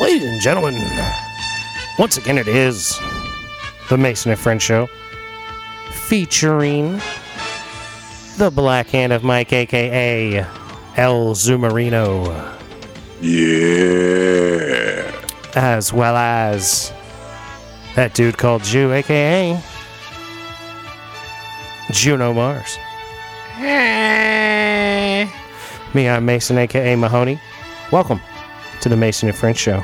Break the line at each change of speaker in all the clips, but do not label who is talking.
Ladies and gentlemen, once again it is the Mason and Friend Show featuring the Black Hand of Mike, aka El Zumarino,
Yeah.
as well as that dude called Jew, aka Juno Mars. Me, I'm Mason, aka Mahoney. Welcome to the Mason and Friend Show.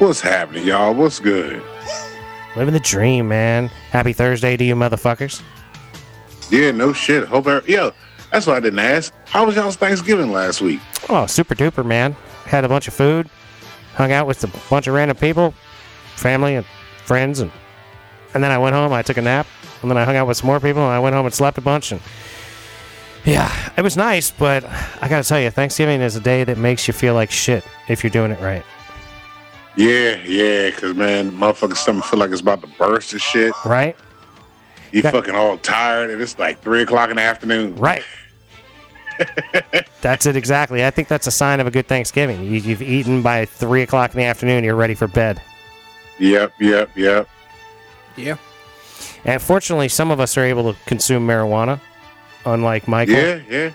What's happening, y'all? What's good?
Living the dream, man. Happy Thursday to you, motherfuckers.
Yeah, no shit. Hope I, yo, that's why I didn't ask. How was y'all's Thanksgiving last week?
Oh, super duper, man. Had a bunch of food, hung out with a bunch of random people, family and friends, and and then I went home. I took a nap, and then I hung out with some more people, and I went home and slept a bunch. And yeah, it was nice, but I gotta tell you, Thanksgiving is a day that makes you feel like shit if you're doing it right.
Yeah, yeah, cause man, motherfucking stomach feel like it's about to burst and shit.
Right?
You
That-
fucking all tired, and it's like three o'clock in the afternoon.
Right. that's it exactly. I think that's a sign of a good Thanksgiving. You, you've eaten by three o'clock in the afternoon. You're ready for bed.
Yep, yep, yep.
Yeah.
And fortunately, some of us are able to consume marijuana, unlike Michael,
Yeah, yeah.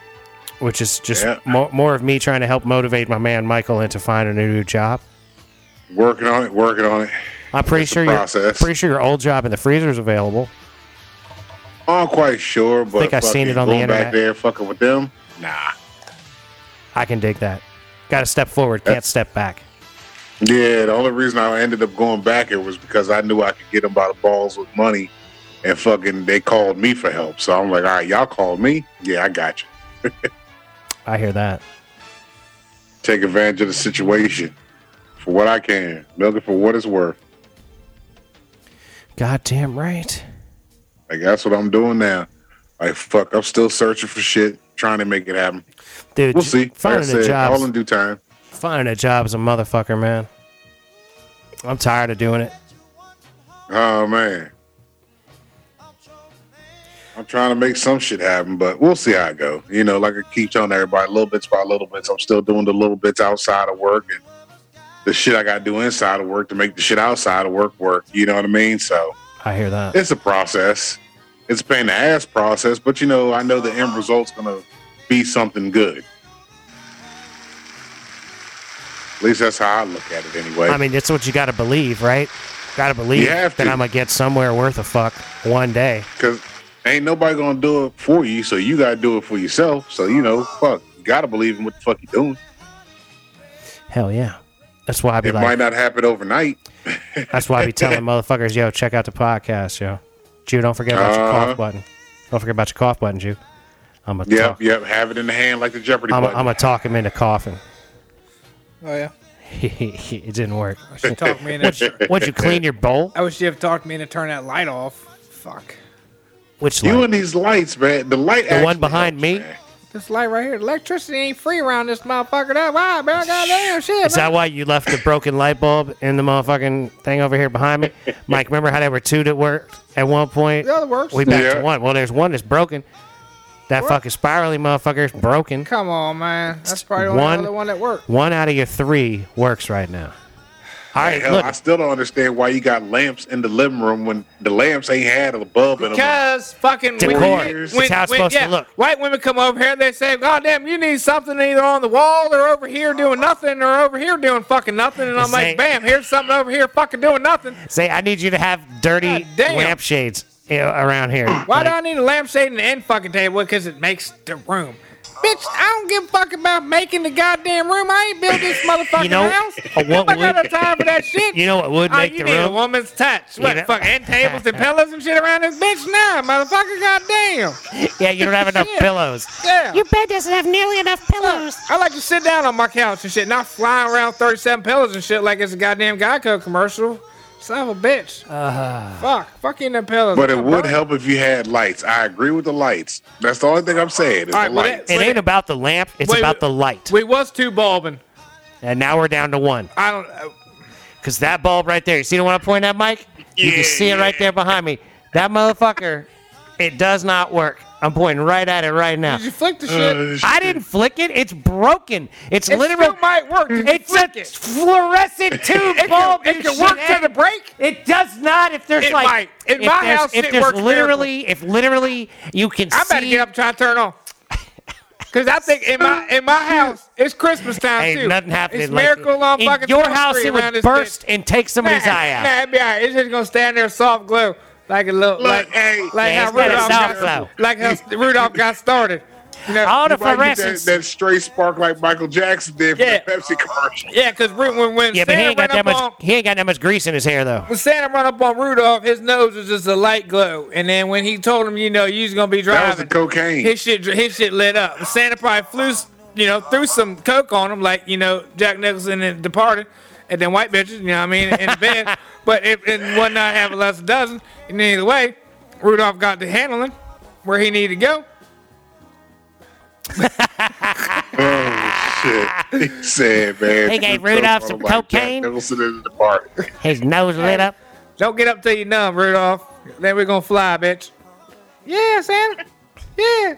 which is just
Yeah.
mo- more of me trying to help motivate my man Michael into finding a new job.
Working on it, working on it.
I'm pretty
It's a
sure your
process.
pretty sure your old job in the freezer is available.
I'm quite sure, but
think I seen
fucking
it on the
going
internet.
back there, fucking with them. Nah.
I can dig that. Got to step forward, can't step back.
Yeah, the only reason I ended up going back it was because I knew I could get them by the balls with money, and fucking they called me for help. So I'm like, all right, y'all called me. Yeah, I got you.
I hear that.
Take advantage of the situation for what I can, milk it for what it's worth.
Goddamn right.
Like that's what I'm doing now. Like fuck, I'm still searching for shit, trying to make it happen.
Dude,
We'll
j-
see. Like I
Finding a
said,
job.
all in due time.
Finding a job is a motherfucker, man. I'm tired of doing it.
Oh man, I'm trying to make some shit happen, but we'll see how it go. You know, like I keep telling everybody, little bits by little bits. I'm still doing the little bits outside of work and the shit I got to do inside of work to make the shit outside of work work. You know what I mean? So
I hear that.
it's a process. It's a pain in the ass process, but you know, I know the end result's gonna be something good. At least that's how I look at it, anyway.
I mean, that's what you got to believe, right? Got to believe
You have
that
to.
I'm gonna get somewhere worth a fuck one day.
Cause ain't nobody gonna do it for you, so you gotta do it for yourself. So you know, fuck, you gotta believe in what the fuck you doing.
Hell yeah. That's why I be
It might
like,
not happen overnight.
that's why I be telling motherfuckers, yo, check out the podcast, yo. Jew, don't forget about your
Uh-huh.
cough button. Don't forget about your cough button, Jew. I'm gonna
Yep,
talk,
yep. Have it in the hand like the Jeopardy
I'm,
button.
I'm gonna talk him into coughing.
Oh yeah.
it didn't work.
I should talk me into.
Would you clean your bowl?
I wish you have talked me into turn that light off. Fuck.
Which
you
light?
and these lights, man. The light.
the one
actually
behind
helps,
me?
man.
This light right here, electricity ain't free around this motherfucker. That why, man? Goddamn shit.
Is that why you left the broken light bulb in the motherfucking thing over here behind me? Mike, remember how there were two that worked at one point?
The other works.
We back
Yeah.
to one. Well, there's one that's broken. That fucking spirally motherfucker's broken.
Come on, man. That's probably the
One-
only other one that worked.
One out of your three works right now. All right,
Hell, I
look.
still don't understand why you got lamps in the living room when the lamps ain't had a bulb in them.
Because fucking
Decor.
women-
It's
how it's supposed to look.
White women come over here and they say, "God damn, you need something either on the wall or over here doing nothing or over here doing fucking nothing." And I'm
This ain't-
like, "Bam, here's something over here fucking doing nothing."
Say, I need you to have dirty
God damn.
lampshades you know, around here.
Why do
Like,
I need a lampshade in the end fucking table? Because it makes the room. Bitch, I don't give a fuck about making the goddamn room. I ain't built this motherfucking
You know,
house.
a wo-
I got no time for that shit.
You know what would
Oh,
make
you
the
need a
room?
woman's touch. What,
know-
fucking end tables and pillows and shit around this bitch? Nah, motherfucker, goddamn.
Yeah, you don't have enough
Yeah.
pillows.
Yeah.
Your bed doesn't have nearly enough pillows.
I like to sit down on my couch and shit, not flying around 37 pillows and shit like it's a goddamn Geico commercial. Son of a bitch.
Uh-huh.
Fuck. Fuck you in the pillows.
But it
I'm
would
broke.
help if you had lights. I agree with the lights. That's the only thing I'm saying. Is
All
the
right, well,
lights.
It ain't about the lamp, it's
Wait,
about
wait.
the light.
We was two bulbing.
And now we're down to one.
I don't. Uh,
Because that bulb right there, you see the one I'm pointing at, Mike? You can see it right there behind me. That motherfucker, it does not work. I'm pointing right at it right now.
Did you flick the shit?
Uh,
I didn't flick it. It's broken. It's
it
literal.
still might work. Did you
It's a
flick it?
fluorescent tube
It
bulb.
can, it
you
can work to
shithead.
the break.
It does not. If there's
It
like,
might. In
if
my
there's,
house,
if
it
there's
works
literally, if literally you can
I better
see.
get up and try to turn it on. Cause I think in my in my house it's Christmas time
Ain't
too.
nothing happening.
It's
like
miracle on
in
fucking
your
Elm
house,
Street
it
around
would
this
burst
bitch.
and take somebody's
nah,
eye out.
Nah, it'd be alright. It's just gonna stand there soft glue, like a little like
hey,
like
Yeah,
how
it's got a
Rudolph
soft
got,
glow.
like how Rudolph got started. You know,
All the
You might get
fluorescence.
that, that stray spark like Michael Jackson did for
Yeah.
the Pepsi commercial.
yeah, cause Ru- when when
yeah, but he
Santa
ain't got
ran
that much.
up on
He ain't got that much grease in his hair though.
when Santa run up on Rudolph, his nose was just a light glow, and then when he told him, you know, you was gonna be driving,
That was the cocaine.
his shit his shit lit up. Santa probably flew s- you know threw some coke on him like you know Jack Nicholson and Departed, and then white bitches you know what I mean in the bed. But if and one not having less than a dozen. And either way, Rudolph got to handling where he needed to go.
Shit. He said, man.
They gave
Coke
Rudolph
on
some
him like Jack
cocaine.
Nicholson in the party.
His nose lit up.
Don't get up till you numb, Rudolph. Then we're gonna fly, bitch. Yeah, Santa. Yeah.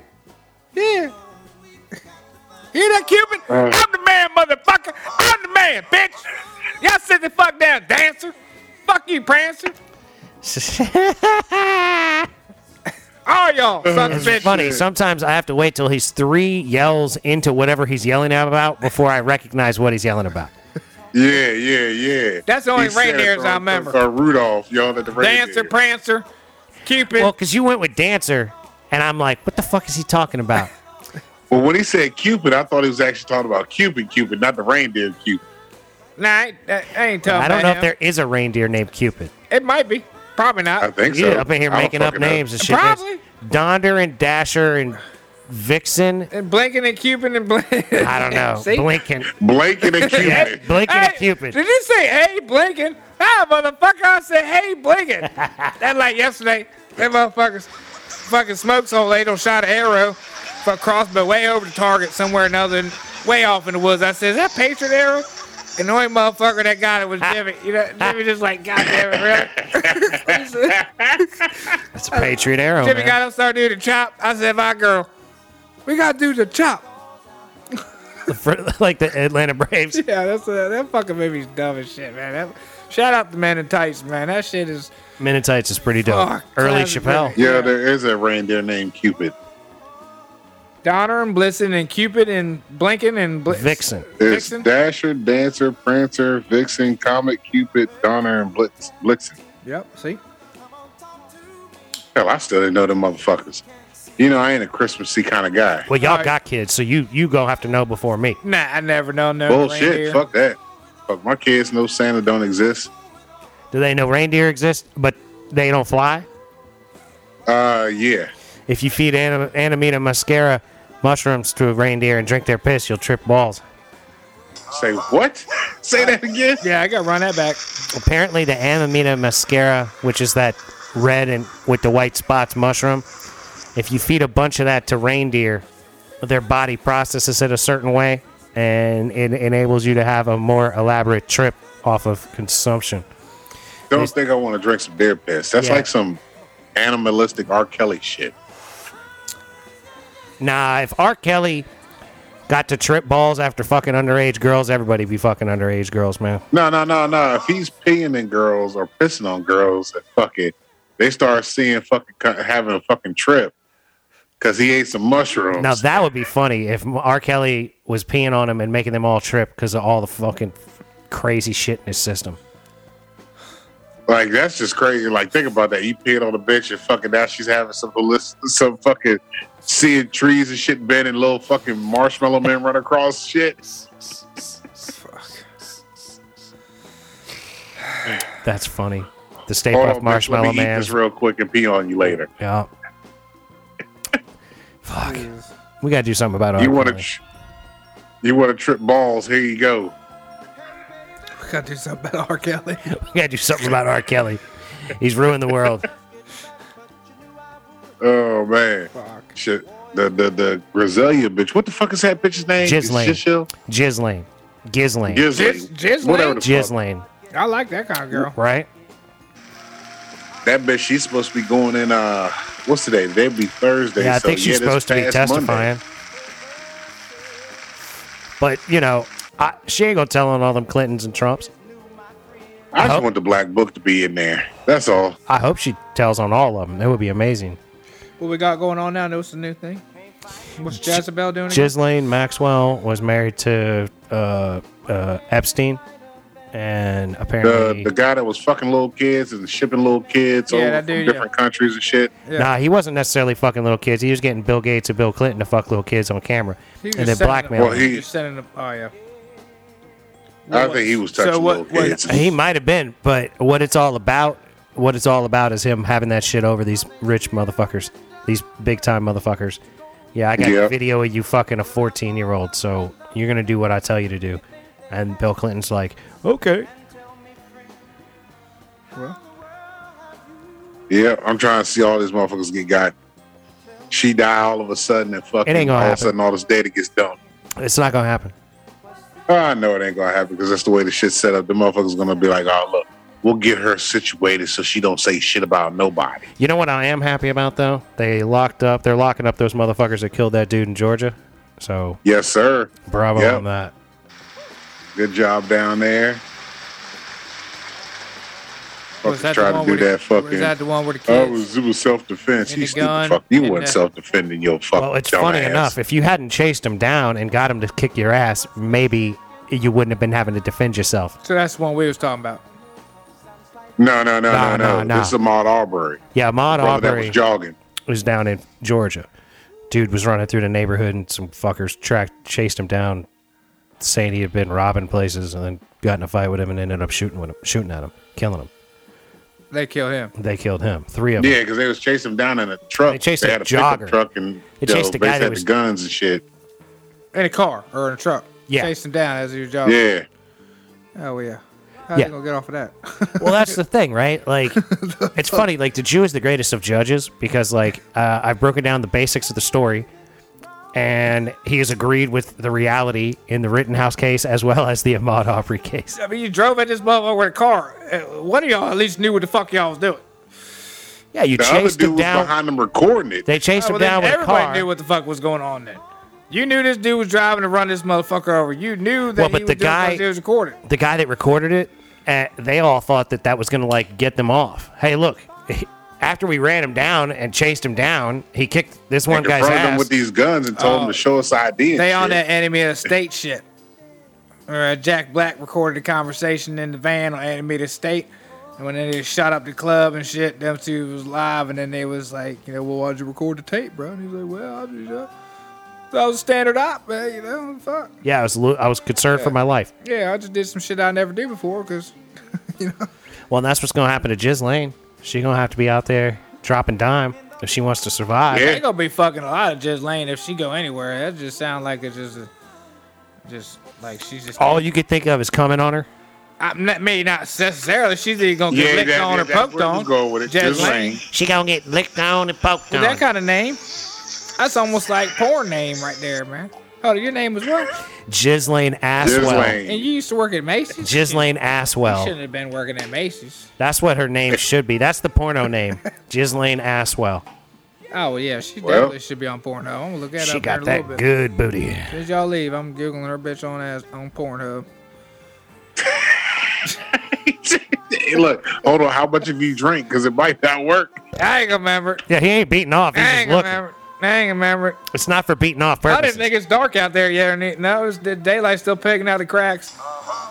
Yeah. Hear that, Cupid? I'm the man, motherfucker. I'm the man, bitch. Y'all sit the fuck down, dancer. Fuck you, prancer. All y'all, son of bitch.
Funny. Sometimes I have to wait till he's three yells into whatever he's yelling about before I recognize what he's yelling about.
Yeah, yeah, yeah.
That's the only
He said
reindeers
for-
I remember.
For Rudolph, y'all at the
Dancer,
reindeer.
prancer, Cupid.
Well, because you went with dancer, and I'm like, what the fuck is he talking about?
Well, when he said Cupid, I thought he was actually talking about Cupid, Cupid, not the reindeer Cupid.
nah, I ain't, I ain't tough.
I don't know if there is a reindeer named Cupid.
It might be. Probably
I
not.
think
You
so.
up in here
I don't
making up
fucking know.
names and shit. There's
Probably.
Donder and Dasher and Vixen.
And blinking and Cupid and blinking.
I don't know.
See?
Blinking.
Blake and a Cupid.
Blinking and
Hey,
Cupid.
Did you say hey Blinken? Ah, motherfucker, I said hey Blinken. that like yesterday. That motherfuckers fucking smokes old ladle shot an arrow for a crossbow way over the target somewhere or another and way off in the woods. I said, Is that Patriot arrow? And the only motherfucker that got it was Jimmy. You know, Jimmy just like, God damn it, really?
That's a Patriot arrow.
Uh, Jimmy
man.
got up, started doing the chop. I said, My girl, we gotta do the chop.
For- like the Atlanta Braves.
Yeah, that's uh that fucking movie's dumb as shit, man. That, shout out to Man in Tights, man. That shit is.
Minutites is pretty dope.
Fuck,
Early
classic
Chappelle.
movie.
Yeah, there is a reindeer named Cupid.
Donner and Blitzen and Cupid and Blinken and Bl-
Vixen.
There's
Vixen?
Dasher, Dancer, Prancer, Vixen, Comet, Cupid, Donner, and Blitz, Blitzen.
Yep. See.
Hell, I still didn't know them motherfuckers. You know, I ain't a Christmassy kind of guy.
Well, y'all all
Alright.
got kids, so you you gonna have to know before me.
Nah, I never know no
Bullshit.
reindeer.
Fuck that. Fuck my kids know Santa don't exist.
Do they know reindeer exist, but they don't fly?
Uh, yeah.
If you feed anim- Animita mascara mushrooms to a reindeer and drink their piss, you'll trip balls.
Say what? Say that again.
Yeah, I gotta run that back.
Apparently, the Amamita mascara, which is that red and with the white spots mushroom, if you feed a bunch of that to reindeer, their body processes it a certain way, and it enables you to have a more elaborate trip off of consumption.
Don't think I want to drink some deer piss. That's
Yeah.
like some animalistic R. Kelly shit.
Nah, if R. Kelly got to trip balls after fucking underage girls, everybody be fucking underage girls, man.
No, no, no, no. If he's peeing in girls or pissing on girls, then fuck it. They start seeing fucking having a fucking trip because he ate some mushrooms.
Now that would be funny if R. Kelly was peeing on him and making them all trip because of all the fucking crazy shit in his system.
like that's just crazy. Like think about that. You peed on a bitch and fucking now she's having some halluc- some fucking seeing trees and shit bending little fucking marshmallow men run across shit.
That's funny. The Stay
Hold
Puft
on, bitch, let
Marshmallow
me eat
Man.
this real quick and pee on you later.
Yeah. Fuck. We gotta do something about R.
you want to
Kelly.
tr- you want to trip balls? Here you go.
We gotta do something about R. Kelly.
we gotta do something about R. Kelly. He's ruined the world.
Oh man,
Fuck.
shit. The the the Griselia bitch. What the fuck is that bitch's name?
Ghislaine.
Ghislaine.
Ghislaine. Ghislaine.
Ghislaine.
Gis- Ghislaine?
Whatever the fuck.
Ghislaine.
I like that kind of girl.
Right?
That bitch. She's supposed to be going in. Uh, What's today? Today would be Thursday.
Yeah, I
so
think she's
yeah, this
supposed to be
past Monday.
testifying. But you know, I, she ain't gonna tell on all them Clintons and Trumps.
I just
hope-
want the black book to be in there. That's all.
I hope she tells on all of them. That would be amazing.
What we got going on now? Notice the new thing. What's Jezebel doing? again?
Ghislaine Maxwell was married to uh, uh, Epstein, and
The
apparently,
the guy that was fucking little kids and shipping little kids
Yeah,
over
that
from
dude, yeah.
different countries and shit.
Yeah.
nah, he wasn't necessarily fucking little kids. He was getting Bill Gates and Bill Clinton to fuck little kids on camera,
He was
and then
just sending them-
blackmail.
Well,
them.
he-
was just sending them. Oh yeah.
I
What-
think he was touching
so what-
little
what-
kids.
He might have been, but what it's all about, what it's all about is him having that shit over these rich motherfuckers, these big time motherfuckers. Yeah, I got
Yeah.
a video of you fucking a 14 year old, so you're going to do what I tell you to do. And Bill Clinton's like, okay.
Well,
Yeah, I'm trying to see all these motherfuckers get got. She die all of a sudden and fucking
It ain't gonna
all of
happen.
a sudden all this data gets dumped. Oh,
It's not going to happen.
I know it ain't gonna happen because that's the way the shit's set up. The motherfucker's gonna be like, oh look, we'll get her situated so she don't say shit about nobody.
You know what I am happy about, though? They locked up, they're locking up those motherfuckers that killed that dude in Georgia. So
Yes, sir.
bravo
Yep.
on that.
Good job down there.
was
Fuckers
that the
tried
one
to do
with the-
that
Was
fucking.
that the one where the
Oh, it
kids?
was, it was self defense.
And
You
the
stupid
gun,
fuck. You
and
weren't
the-
self defending your fucking
Well, it's
dumb
funny
ass.
enough. If you hadn't chased him down and got him to kick your ass, maybe you wouldn't have been having to defend yourself.
so that's the one we was talking about.
No, no, no,
Nah,
no, no.
nah, nah.
This is Ahmaud Arbery.
Yeah, Ahmaud
Brother that was
Arbery
jogging.
was down in Georgia. Dude was running through the neighborhood and some fuckers tracked, chased him down, saying he had been robbing places and then got in a fight with him and ended up shooting with him, shooting at him, killing him.
They killed him.
They killed him. Three of them.
Yeah, because they was chasing him down in a truck.
They chased a
had a pickup
jogger.
truck and
They chased
they
a guy that
had
was-
the guns and shit.
In a car or in a truck.
Yeah.
Chasing down as he was jogging.
Yeah,
Oh yeah. How
Yeah.
you gonna get off of that?
Well, that's the thing, right? Like, it's funny. Like, the Jew is the greatest of judges because, like, uh, I've broken down the basics of the story, and he has agreed with the reality in the Rittenhouse case as well as the Ahmad Aubrey case.
I mean, you drove at this motherfucker with a car. Uh, One of y'all at least knew what the fuck y'all was doing.
Yeah, you
the other
chased
dude
him
was
down.
behind them recording it.
They chased
Oh,
him
well, then
down with a
everybody
car.
knew what the fuck was going on then. You knew this dude was driving to run this motherfucker over. You knew that
Well, but
he
the
was doing
guy-
what he was recorded.
the guy that recorded it, uh, they all thought that that was going to like get them off. Hey, look, after we ran him down and chased him down, he kicked this one
in front
guy's
of them
ass.
with these guns and told them to show us ID. And
Oh. They
shit.
on that enemy of the state shit. Or uh, Jack Black recorded a conversation in the van on enemy of the state. And when they shot up the club and shit, them two was live. And then they was like, you know, well, why'd you record the tape, bro? And he was like, well, I just, you know, I was a standard op, man, you know, fuck.
yeah, I was lo- I was concerned for my life.
Yeah, I just did some shit I never did before because
Well, and that's what's gonna happen to Ghislaine. She's gonna have to be out there dropping dime if she wants to survive.
Yeah.
ain't gonna be fucking a lot of Jez Lane if she go anywhere. That just sound like it's just, a, just like she's just.
All you could think of is coming on her.
I'm not, maybe not necessarily. She's either gonna get
Yeah,
licked
that-
on or
that- that's
poked
where we
on.
go with it.
Jez
Just
Lane.
saying.
She gonna get licked on and poked
With
on.
that kind of name, that's almost like porn name right there, man. Oh, your name was what?
Ghislaine Aswell.
Ghislaine.
And you used to work at Macy's.
Ghislaine
You shouldn't
Aswell.
have been working at Macy's.
That's what her name should be. That's the porno name. Ghislaine Aswell.
Oh well, yeah, she
Well.
definitely should be on Pornhub. I'm gonna look
She
that up here in
got
a little
that
bit.
good booty.
As y'all leave, I'm googling her bitch on ass on Pornhub.
Hey, look, hold on. How much of you drink? Because it might not work.
I ain't gonna remember. it.
Yeah, he ain't beating off. He's
I
just
ain't gonna
looking.
remember. it. I ain't gonna remember. it.
It's not for beating off
I didn't
purposes.
think it's dark out there yet. And it, no, it's, the daylight's still pegging out the cracks.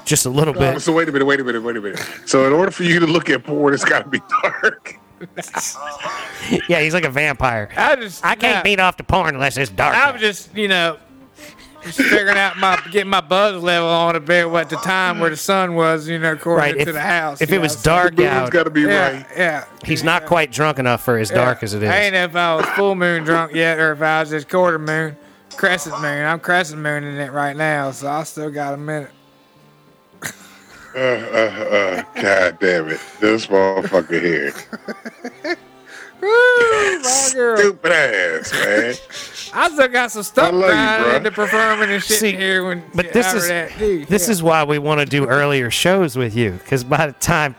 Just a little bit.
Oh, So wait a minute. Wait a minute. Wait a minute. So in order for you to look at porn, it's got to be dark.
Yeah, he's like a vampire.
I just
I can't
nah,
beat off to porn unless it's dark.
I was just you know just figuring out my getting my buzz level on a bit what the time where the sun was. You know, according
right.
to
If,
the house.
if
you
it was
know, so-
dark
It's
out,
got to be
yeah,
right.
yeah.
he's not quite drunk enough for as dark as it is.
I ain't know if I was full moon drunk yet, or if I was just quarter moon, crescent moon. I'm crescent mooning it right now, so I still got a minute.
Uh, uh, uh, God damn it. This motherfucker here.
Woo, my girl.
Stupid ass, man.
I still got some
I
stuff
love you,
down
bruh.
into performing and shit
See,
here when.
But this
however
is
that, dude,
this
yeah.
is why we want to do earlier shows with you because by the time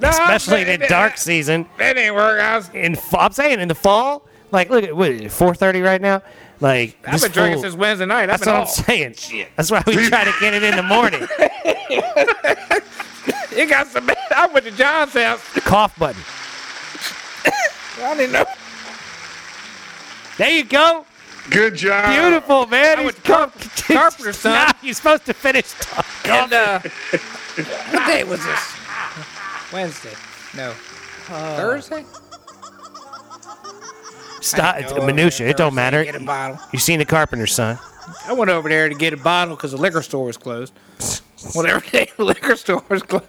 No, I'm
especially in
saying
the
that-
dark season.
That didn't work. I was,
In fa- I'm saying in the fall, like look at what four thirty right now. Like
I've
this
been drinking
fool-
since Wednesday night. I've
That's
been
what I'm
off.
saying. That's why we try to get it in the morning.
It got so bad. I went to John's house.
Cough button.
I didn't know.
There you go.
Good job.
Beautiful man.
Uh, I
He's
would carp-
com-
carpenter, son.
Nah, you're supposed to finish. talk-
And uh, what day was this? Wednesday. No.
Uh,
Thursday.
Stop.
I
uh, It's
go over
minutia.
there
It don't
Thursday,
matter.
Get a bottle.
You seen the carpenter, son?
I went over there to get a bottle because the liquor store was closed. Whatever day the liquor store was closed,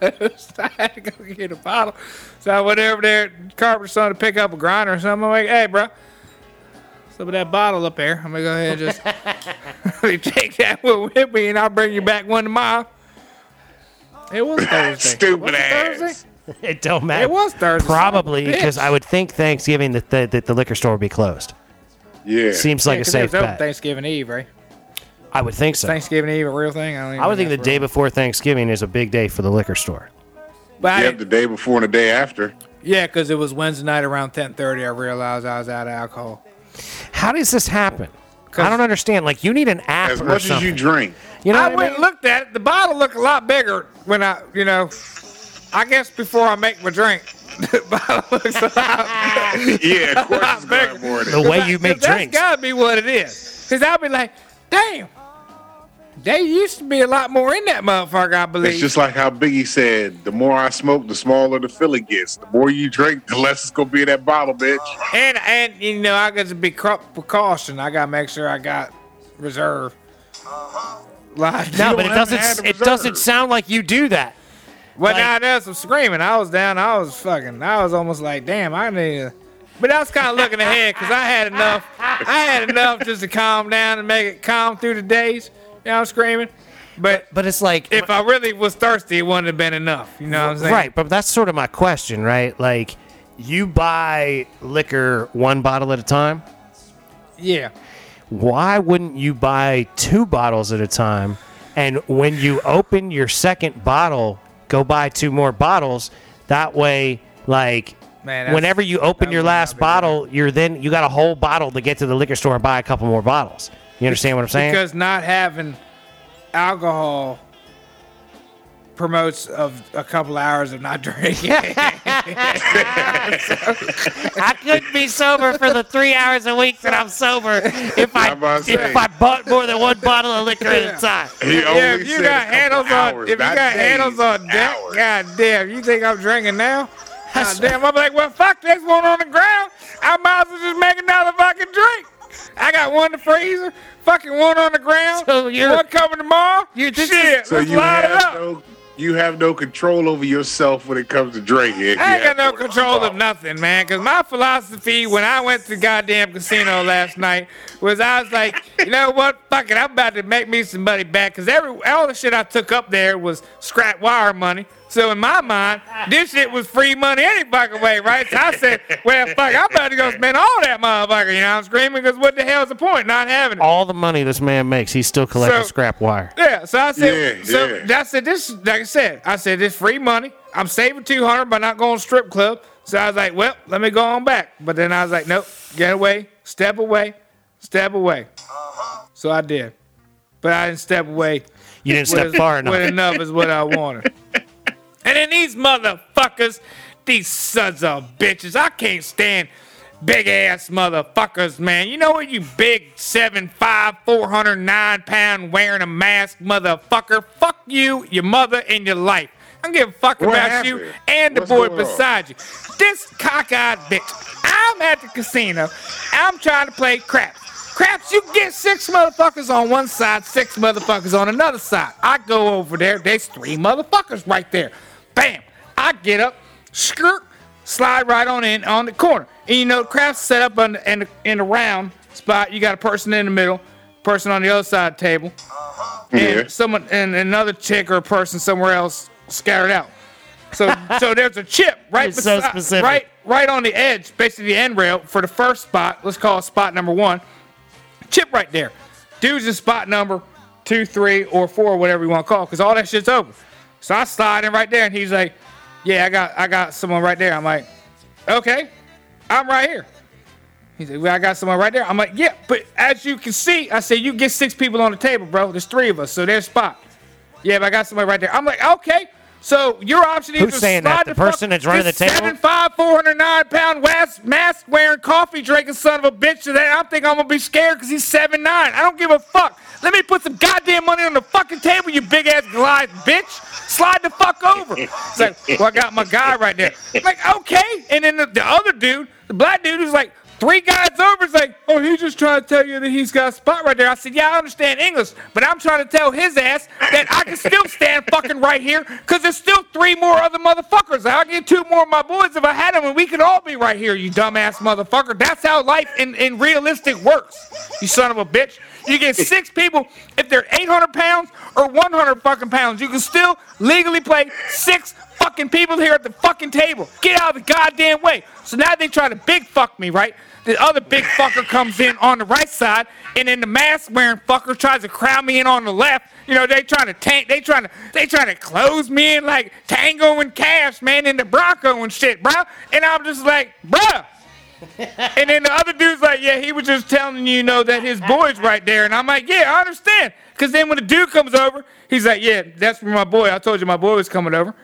I had to go get a bottle. So I went over there, Carpenter's son, to pick up a grinder or something. I'm like, hey, bro, some of that bottle up there. I'm going to go ahead and just you take that one with me and I'll bring you back one tomorrow. It was Thursday.
Stupid
Was it
ass.
Thursday?
It don't matter.
It was Thursday. Son of a
Probably because
bitch.
I would think Thanksgiving that the, that the liquor store would be closed.
Yeah.
Seems
Yeah,
like a
'cause it
safe
was open
bet.
Thanksgiving Eve, right?
I would think so.
Thanksgiving Eve, a real thing. I, don't even
I would
know
think the
if
day
we're-
before Thanksgiving is a big day for the liquor store.
But I
Yep,
didn't-
the day before and the day after.
Yeah, because it was Wednesday night around 10:30. I realized I was out of alcohol.
How does this happen?
'Cause-
I don't understand. Like you need an app
As
or
much as
something.
you drink.
you know,
I
what
went and
mean?
looked at it. The bottle looked a lot bigger when I, you know, I guess before I make my drink, the bottle looks a lot.
Yeah, of course it's
Back-
got more than-
the way you make
That's
drinks.
gotta be what it is. Cause I'll be like, damn, they used to be a lot more in that motherfucker. I believe.
It's just like how Biggie said, the more I smoke, the smaller the filling gets. The more you drink, the less it's gonna be in that bottle, bitch.
and and you know, I got to be cau- precaution. I gotta make sure I got reserve. Like,
No,
You
but it
don't have to have
doesn't.
the
It doesn't
reserve.
sound like you do that.
Well,
Like-
now there's some screaming. I was down. I was fucking. I was almost like, damn, I need. To... But I was kind of looking ahead because I had enough. I had enough just to calm down and make it calm through the days. You know, I'm screaming. But
But it's like
if I really was thirsty, it wouldn't have been enough. You know what I'm saying?
Right, but that's sort of my question, right? Like, you buy liquor one bottle at a time.
Yeah.
Why wouldn't you buy two bottles at a time? And when you open your second bottle, go buy two more bottles. That way, like,
Man, that's-
whenever you open
that
your
would not
last
be
bottle, you're then you got a whole bottle to get to the liquor store and buy a couple more bottles. You understand what I'm saying?
Because not having alcohol promotes of a couple hours of not drinking.
I couldn't be sober for the three hours a week that I'm sober if I
I'm about to say.
if I bought more than one bottle of liquor at a time.
He
yeah,
only
if you
said
got
a couple
handles on,
hours,
if you
not
got
days,
handles on deck,
hours.
god damn, you think I'm drinking now? God damn, I'm like, well, fuck, there's one on the ground. I might as well just make another fucking drink. I got one in the freezer, fucking one on the ground,
So you're-
one coming tomorrow.
you're just-
shit.
So
let's
you
light it
have
up.
no you have no control over yourself when it comes to drinking. if you
I ain't got
have
no
to worry
control
about
of nothing, man. Cause my philosophy when I went to goddamn casino last night was I was like, you know what, fuck it, I'm about to make me some money back. Cause every all the shit I took up there was scrap wire money. So in my mind, this shit was free money any fucking way, right? So I said, well, fuck, I'm about to go spend all that motherfucker. You know, I'm screaming because what the hell's the point? Not having it.
All the money this man makes, he's still collecting
So-
scrap wire.
Yeah, so I said,
Yeah,
so
yeah.
I said this, like I said, I said this free money. I'm saving two hundred by not going to strip club. So I was like, well, let me go on back. But then I was like, nope, get away, step away, step away. So I did, but I didn't step away.
You didn't
When
step far enough.
when enough is what I wanted. and then these motherfuckers, these sons of bitches, I can't stand big ass motherfuckers, man. You know what, you big 7'5, 409 pound wearing a mask motherfucker? Fuck you, your mother, and your life. I don't give a fuck
What
about
happened?
you and the
What's
boy
going on?
beside you. This cockeyed bitch. I'm at the casino. I'm trying to play craps. Craps, you get six motherfuckers on one side, six motherfuckers on another side. I go over there, there's three motherfuckers right there. Bam! I get up, skirt, slide right on in on the corner. And you know, craps set up on the, in, the, in the round spot. You got a person in the middle, person on the other side of the table
Yeah.
and someone and another chick or a person somewhere else scattered out. So so there's a chip right
You're so
beside-
specific.
right right on the edge, basically the end rail for the first spot. Let's call it spot number one. Chip right there. Dude's in spot number two, three, or four, whatever you want to call, because all that shit's over. So I slide in right there, and he's like, yeah, I got I got someone right there. I'm like, okay, I'm right here. He said, well, I got someone right there. I'm like, yeah, but as you can see, I said, you get six people on the table, bro. There's three of us, so there's spot. Yeah, but I got somebody right there. I'm like, okay. So your option is
Who's saying that? The person that's running the table?
Seven five, four hundred nine pound west mask wearing coffee drinking son of a bitch today. I think I'm gonna be scared because he's seven nine. I don't give a fuck. Let me put some goddamn money on the fucking table, you big ass Goliath bitch. Slide the fuck over. It's like, well, I got my guy right there. Like, okay. And then the, the other dude, the black dude, who's like, Three guys over is like, oh, he's just trying to tell you that he's got a spot right there. I said, yeah, I understand English, but I'm trying to tell his ass that I can still stand fucking right here because there's still three more other motherfuckers. I'll get two more of my boys if I had them, and we could all be right here, you dumbass motherfucker. That's how life in, in realistic works, you son of a bitch. You get six people if they're 800 pounds or 100 fucking pounds. You can still legally play six fucking people here at the fucking table. Get out of the goddamn way. So now they try to big fuck me, right? The other big fucker comes in on the right side, and then the mask wearing fucker tries to crowd me in on the left. You know, they trying to tank, they trying to, they trying to close me in like Tango and Cash, man, in the Bronco and shit, bro. And I'm just like, bruh. And then the other dude's like, yeah, he was just telling you, you know, that his boy's right there. And I'm like, yeah, I understand. Because then when the dude comes over, he's like, yeah, that's where my boy. I told you my boy was coming over.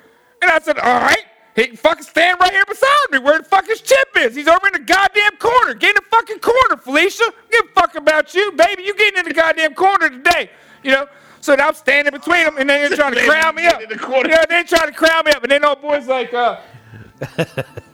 And I said, all right, he can fucking stand right here beside me where the fuck his chip is. He's over in the goddamn corner. Get in the fucking corner, Felicia. Give a fuck about you, baby. You getting in the goddamn corner today, you know? So now I'm standing between them, and then they're trying to crowd me up.
in the corner.
You know, they're trying to crowd me up, and then old boy's like, uh,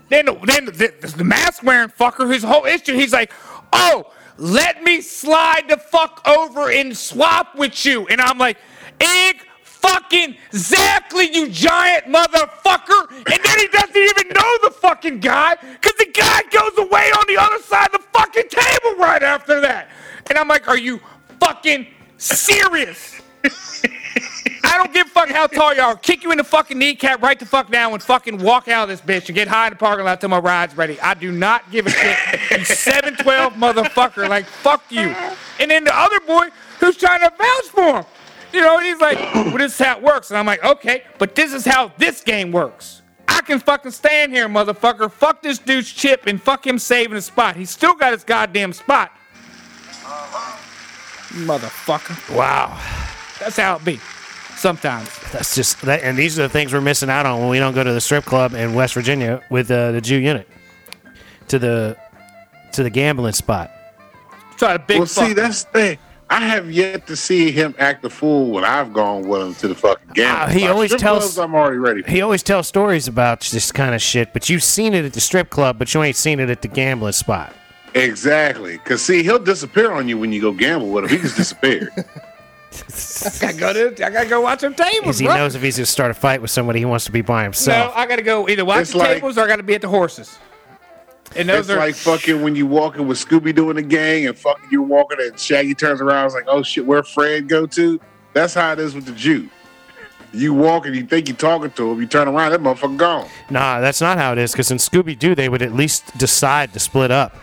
then the, then the, the, the mask wearing fucker, his whole issue, he's like, oh, let me slide the fuck over and swap with you. And I'm like, egg fucking exactly, you giant motherfucker. And then he doesn't even know the fucking guy because the guy goes away on the other side of the fucking table right after that. And I'm like, are you fucking serious? I don't give a fuck how tall y'all are. Kick you in the fucking kneecap right the fuck down and fucking walk out of this bitch and get high in the parking lot till my ride's ready. I do not give a shit. You 712 motherfucker. Like, fuck you. And then the other boy who's trying to vouch for him. You know, and he's like, well, this is how it works. And I'm like, okay, but this is how this game works. I can fucking stand here, motherfucker. Fuck this dude's chip and fuck him saving his spot. He's still got his goddamn spot. Motherfucker.
Wow.
That's how it be. Sometimes.
That's just that, and these are the things we're missing out on when we don't go to the strip club in West Virginia with uh, the Jew unit to the to the gambling spot.
Try to big
well, see,
fuck.
that's the thing. I have yet to see him act a fool when I've gone with him to the fucking game.
Ah, he always tells-
I'm already ready.
He always tells stories about this kind of shit, but you've seen it at the strip club, but you ain't seen it at the gambling spot.
Exactly. Because, see, he'll disappear on you when you go gamble with him. He just disappeared.
I gotta go to, I gotta go watch them tables,
Because he
bro.
knows if he's going to start a fight with somebody, he wants to be by
no,
himself.
I gotta go either watch
It's
the
like-
tables or I gotta be at the horses. And those
it's
are
like fucking when you walking with Scooby Doo in the gang and fucking you're walking and Shaggy turns around and like, oh shit, where Fred go to? That's how it is with the Jew. You walk and you think you're talking to him, you turn around, that motherfucker gone.
Nah, that's not how it is. Because in Scooby Doo, they would at least decide to split up.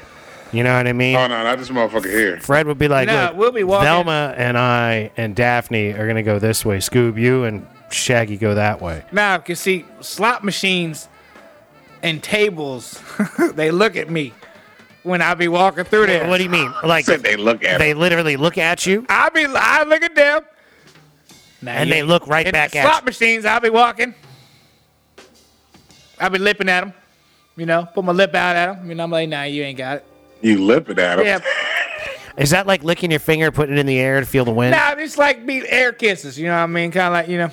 You know what I mean?
Oh no, not this motherfucker here.
Fred would be like,
No,
"Look,
we'll be walking-
Velma and I and Daphne are going to go this way. Scoob, you and Shaggy go that way.
now you see slot machines and tables, they look at me when I be walking through there.
What do you mean? Like
Said they look at
they
him.
literally look at you
I be I look at them. Now,
and
you-
they look right
in
back
the
at
slot
you.
machines. I'll be walking. I'll be lipping at them. You know, put my lip out at them. And I'm like, nah, you ain't got it.
You lipping at him.
Yeah.
Is that like licking your finger, putting it in the air to feel the wind?
Nah, it's like be air kisses. You know what I mean? Kind of like you know.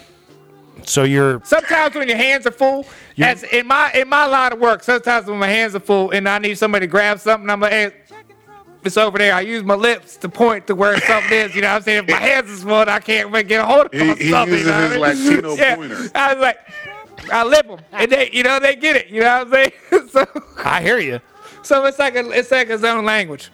So you're
Sometimes when your hands are full, as in my in my line of work, sometimes when my hands are full and I need somebody to grab something, I'm like, hey, it's over there. I use my lips to point to where something is. You know what I'm saying? If my hands is full, I can't really get a hold of
He- he
something. you
uses
know what
his
I mean?
Latino pointer.
I was like, I lip them, and they, you know, they get it. You know what I'm saying? so,
I hear you.
so it's like a, it's like his own language.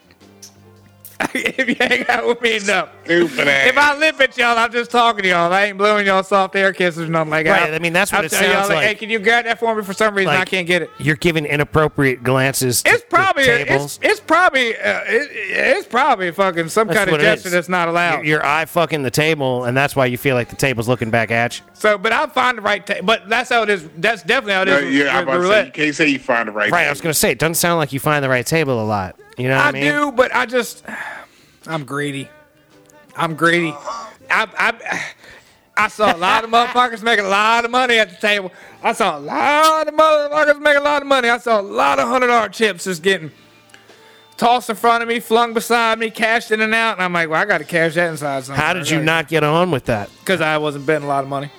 if you hang out with me enough.
Stupid ass.
If I lip at y'all, I'm just talking to y'all. I ain't blowing y'all soft air kisses or nothing like that.
Right, I mean, that's what
I'll
it
tell y'all,
sounds like.
Hey, can you grab that for me? For some reason, I
Like-
can't get it.
You're giving inappropriate glances. to
It's
the
probably
tables.
it's, it's probably uh, it, it's probably fucking some
That's
kind of
what it
gesture
is.
that's not allowed.
Your, your eye fucking the table, and that's why you feel like the table's looking back at you.
so, but I'll find the right. Ta- but that's how it is. That's definitely how it
No,
is. with-
yeah, I'm about to say,
with
you
roulette.
can't say you find the right.
Right. I was gonna say it doesn't sound like you find the right table a lot. You know what I,
I
mean?
do, but I just I'm greedy. I'm greedy. I I I saw a lot of motherfuckers make a lot of money at the table. I saw a lot of motherfuckers make a lot of money. I saw a lot of hundred dollar chips just getting tossed in front of me, flung beside me, cashed in and out, and I'm like, well, I got to cash that inside. Somewhere.
How did you not get on with that?
Because I wasn't betting a lot of money.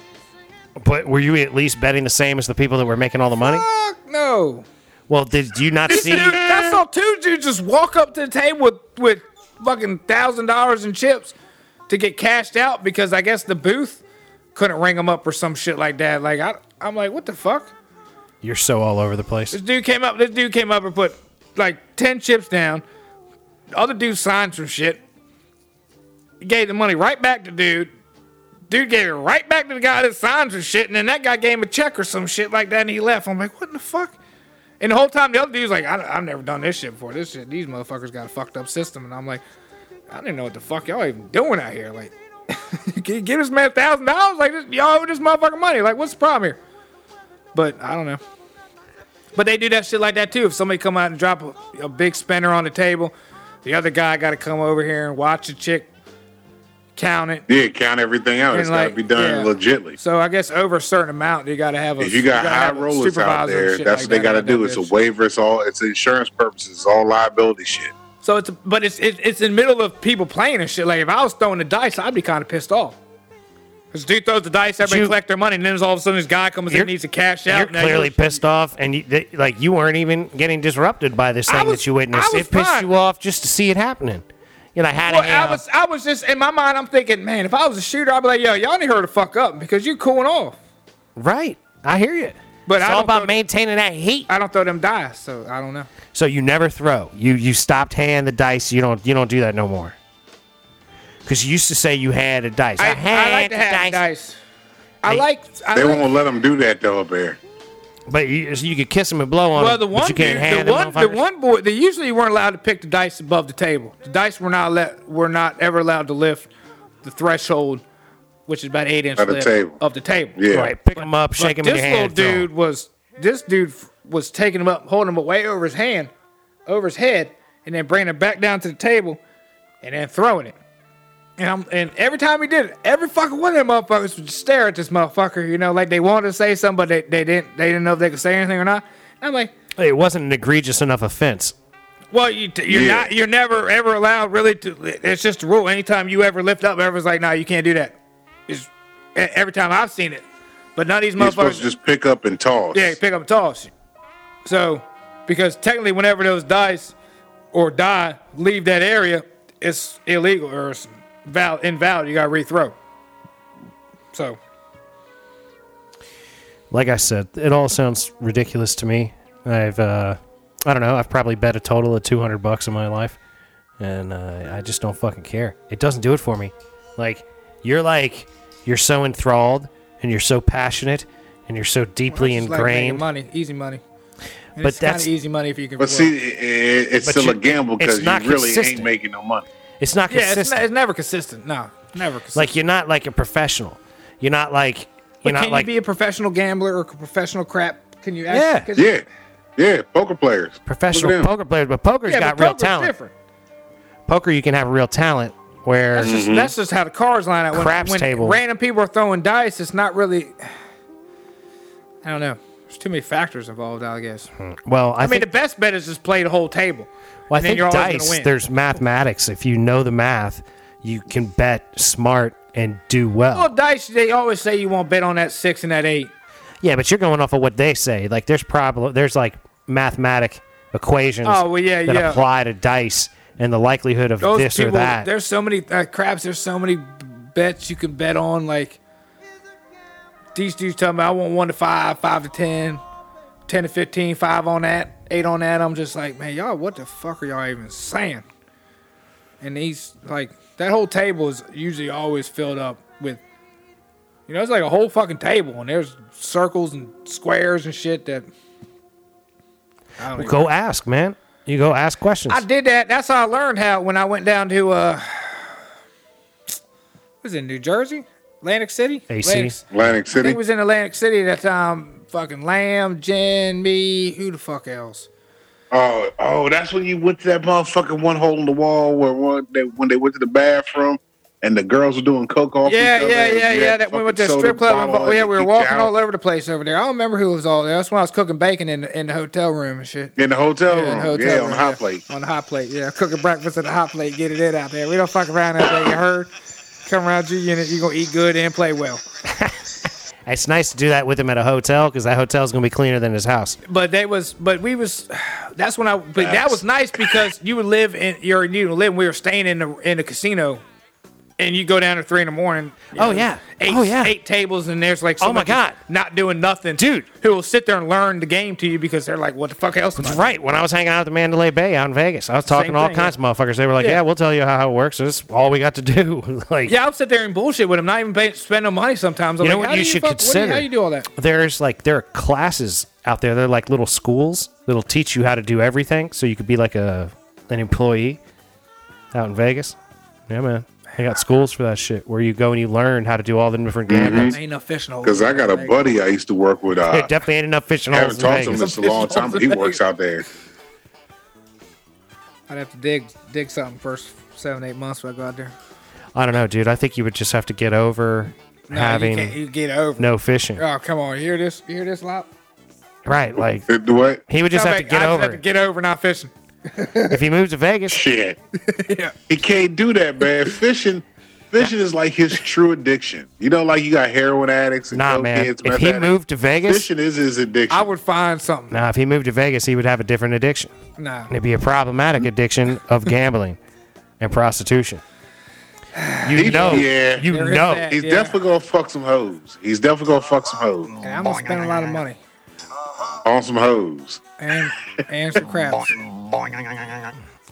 But were you at least betting the same as the people that were making all the money?
Fuck no.
Well, did you not see?
Dude, I saw two dudes just walk up to the table with, with fucking thousand dollars in chips to get cashed out because I guess the booth couldn't ring them up or some shit like that. Like I, I'm like, what the fuck?
You're so all over the place.
This dude came up. This dude came up and put like ten chips down. The other dude signed some shit. He gave the money right back to dude. Dude gave it right back to the guy that signed some shit, and then that guy gave him a check or some shit like that, and he left. I'm like, what in the fuck? And the whole time the other dude's like, I, have never done this shit before. This shit, these motherfuckers got a fucked up system, and I'm like, I don't even know what the fuck y'all even doing out here. Like, can you give this man thousand dollars? Like, this, y'all owe this motherfucker money. Like, what's the problem here? But I don't know. But they do that shit like that too. If somebody come out and drop a, a big spinner on the table, the other guy got to come over here and watch the chick count it.
Yeah, count everything out.
And
It's got
like,
to be done
yeah.
legitly.
So I guess over a certain amount, you got to have a.
If you got
gotta
high
have a
rollers out
supervisor and
there,
shit
that's what
like
they
that
got to
on that
do. It's a
bitch.
waiver. It's all. It's insurance purposes. It's all liability shit.
So it's but it's it, it's in the middle of people playing and shit. Like if I was throwing the dice, I'd be kind of pissed off. This dude throws the dice, everybody
You-
collect their money, and then all of a sudden this guy comes in
You're-
and needs to cash out.
You're
Now you're-
clearly pissed off, and you, th- like you weren't even getting disrupted by this
I
thing
was-
that you witnessed.
I was
It pissed
fine.
you off just to see it happening. You're like, how the
Well,
hell?
I was, I was just in my mind. I'm thinking, man, if I was a shooter, I'd be like, yo, y'all need her to fuck up because you cooling off.
right, I hear you.
But
it's
I
all
don't
about
throw-
maintaining that heat.
I don't throw them dice, so I don't know.
So you never throw. You you stopped hand the dice. You don't you don't do that no more. Because you used to say you had a dice.
I,
had
I like to
a
have dice. I
They-
like. I
They
like,
won't let them do that though up there.
But you, so you could kiss him and blow on
Well,
him,
the
but
one
you can't
dude,
hand
the
him
one, the one boy, they usually weren't allowed to pick the dice above the table. The dice were not let, were not ever allowed to lift the threshold, which is about eight inches
Of the table.
of the table.
Yeah.
Right, pick him up,
But
shake him in
this
your hand.
little
and throw him.
dude was this dude f- was taking him up, holding him away over his hand, over his head, and then bringing him back down to the table, and then throwing it. And, I'm, and every time he did it, every fucking one of them motherfuckers would stare at this motherfucker, you know, like they wanted to say something, but they, they didn't they didn't know if they could say anything or not. And I'm like,
It wasn't an egregious enough offense.
well, you t- you're
Yeah.
not you're never ever allowed really to. It's just a rule. Anytime you ever lift up, everyone's like, "Nah, you can't do that." It's, e- every time I've seen it, but none of these
You're supposed
motherfuckers.
to just pick up and toss.
yeah, pick up and toss. So, because technically, whenever those dice or die leave that area, it's illegal or it's val- invalid. You got to rethrow. So
Like I said, it all sounds ridiculous to me. I've, uh, I don't know, I've probably bet a total of 200 bucks in my life, and uh, I just don't fucking care. It doesn't do it for me. Like, you're like, you're so enthralled, and you're so passionate, and you're so deeply
it's like making
ingrained.
money, easy money. And
But
it's kinda
that's-
easy money if you can.
But see, i- i- it's
But
still a
you-
gamble
it's
because you
not
really
consistent.
ain't making no money.
it's not
yeah, it's,
consistent.
ne- it's never consistent. No, never consistent.
like, you're not like a professional. You're not like, you're
But
not
can
like
you be a professional gambler or a professional crap? Can you?
Yeah.
Ask, 'cause-
Yeah, yeah, poker players. Look
professional
at them.
poker players, but poker's
yeah,
got
but
real
poker's
talent.
Different.
Poker, you can have real talent where.
That's, just, that's just how the cards line up. When,
Mm-hmm. Craps
when
table.
Random people are throwing dice. It's not really. I don't know. There's too many factors involved. I guess.
Well, I,
I mean,
think,
the best bet is just play the whole table.
well, I
and then
think
you're always
dice.
gonna win.
There's mathematics. If you know the math, you can bet smart and do well.
Well, dice. They always say you won't bet on that six and that eight.
yeah, but you're going off of what they say. Like there's problem. There's like mathematic equations.
Oh, well, yeah,
that
yeah.
apply to dice and the likelihood of
Those
this
people.
or that.
There's so many uh, craps. There's so many bets you can bet on. Like these dudes tell me, I want one to five, five to ten, ten to fifteen, five on that, eight on that. I'm just like, man, y'all, what the fuck are y'all even saying? and he's like that whole table is usually always filled up with you know, it's like a whole fucking table and there's circles and squares and shit that I don't even-
Go ask, man. You go ask questions.
I did that. That's how I learned how when I went down to uh was it New Jersey? Atlantic City?
AC.
Atlantic-
Atlantic
I think
City.
it was in Atlantic City at that time. Fucking Lamb, Jen, me, who the fuck else?
Oh, oh, that's when you went to that motherfucking one hole in the wall where one they when they went to the bathroom and the girls were doing coke off.
Yeah,
each other
yeah,
and
yeah,
you
yeah.
had
That we went to
fucking
a strip
soda
club.
bottle
And, yeah,
at
we were
the
walking
couch
all over the place over there. I don't remember who was all there. That's when I was cooking bacon in the, in the hotel room and shit.
in the hotel
Yeah, in
room.
the hotel
Oh, yeah,
room,
on the hot plate.
On the hot plate, yeah. Cooking breakfast at the hot plate, getting it out there. We don't fuck around out there. You heard? Come around G unit, you gonna eat good and play well.
it's nice to do that with him at a hotel because that hotel's going to be cleaner than his house.
But they was, but we was. That's when I. But that was nice because you would live in your you would live. We were staying in the in the casino, and you go down at three in the morning. you
Oh, yeah.
eight,
Oh, yeah.
eight tables, and there's like
Oh, my
somebody
God.
not doing nothing,
Dude.
Who will sit there and learn the game to you because they're like, what the fuck else? am I doing?
Right. When I was hanging out at the Mandalay Bay out in Vegas, I was talking
Same
to all
thing,
kinds of motherfuckers. They were like,
Yeah.
yeah. we'll tell you how it works. This is all we got to do. like,
Yeah, I'll sit there and bullshit with them, not even pay, spend no money sometimes. I'm
You know
like,
what
how
you
do
should
fuck- what do you-
consider?
how you do all that?
there's like, there are classes out there. They're like little schools that'll teach you how to do everything so you could be like a an employee out in Vegas. Yeah, man. They got schools for that shit where you go and you learn how to do all the different
Mm-hmm.
games.
Ain't no fishing hole.
Because I got a buddy I used to work with.
There
Uh,
definitely ain't enough fishing
I
holes
haven't
in
talked to him
Vegas.
in so long
Vegas.
time, but he works out there.
I'd have to dig dig something first seven eight months when I go out there.
I don't know, dude. I think you would just have to get over
No, you,
having
can't, you get over.
no fishing.
Oh come on, you hear this? You hear this loud?
Right. Like,
It- What?
he would just
Come
have to
back.
get
I just
over
Have to
it.
get over not fishing.
If he moves to Vegas,
Shit. He can't do that, man. Fishing, fishing is like his true addiction. You know, like you got heroin addicts and
Nah,
coke
man.
kids,
If he moved to Vegas,
fishing is his addiction.
I would find something.
nah, if he moved to Vegas, he would have a different addiction.
Nah.
It'd be a
Mm-hmm.
problematic addiction of gambling and prostitution. You
He-
know,
yeah.
you
There is
know,
that.
He's
Yeah.
definitely gonna fuck some hoes. He's definitely gonna fuck some hoes.
And I'm gonna spend a lot of money
On some hoes.
and and some crabs.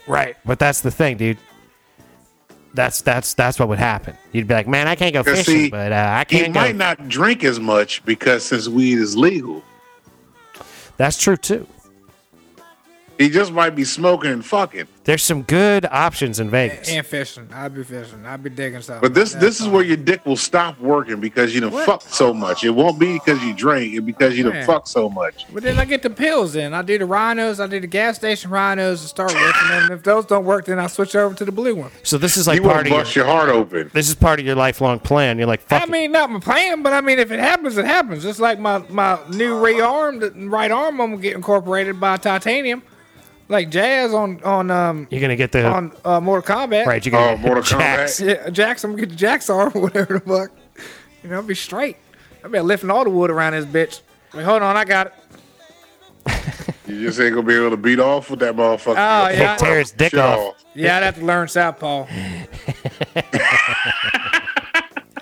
right? But that's the thing, dude. That's that's that's what would happen. You'd be like, man, I can't go
Cause
fishing,
see,
but uh, I
He
can't go.
might not drink as much because since weed is legal,
That's true too.
he just might be smoking and fucking.
There's some good options in Vegas.
And fishing. I'd be fishing. I'd be digging something.
But this
That's
this is
all.
where your dick will stop working because you done fucked so much. It won't be because you drink, it because you done
Man.
fucked so much.
But then I get the pills in. I do the rhinos, I do the gas station rhinos and start working them. If those don't work, then I switch over to the blue one.
so this is like
you want
part
to
of your,
bust your heart open.
this is part of your lifelong plan. You're like, fuck
I
it.
mean, not my plan, but I mean, if it happens, it happens. Just like my my new rearmed right arm, I'm gonna get incorporated by titanium, like Jazz on on um
you're gonna get the
on uh, Mortal Kombat.
right. You're
Oh,
gonna
Mortal
Jax.
Kombat.
Yeah, Jax, I'm gonna get Jack's arm or whatever the fuck. You know, I'll be straight. I'll be lifting all the wood around this bitch. Wait, hold on, I got it.
You just ain't gonna be able to beat off with that motherfucker.
Oh, yeah.
Tear his dick
Shit
off.
Yeah, I'd have to learn Southpaw.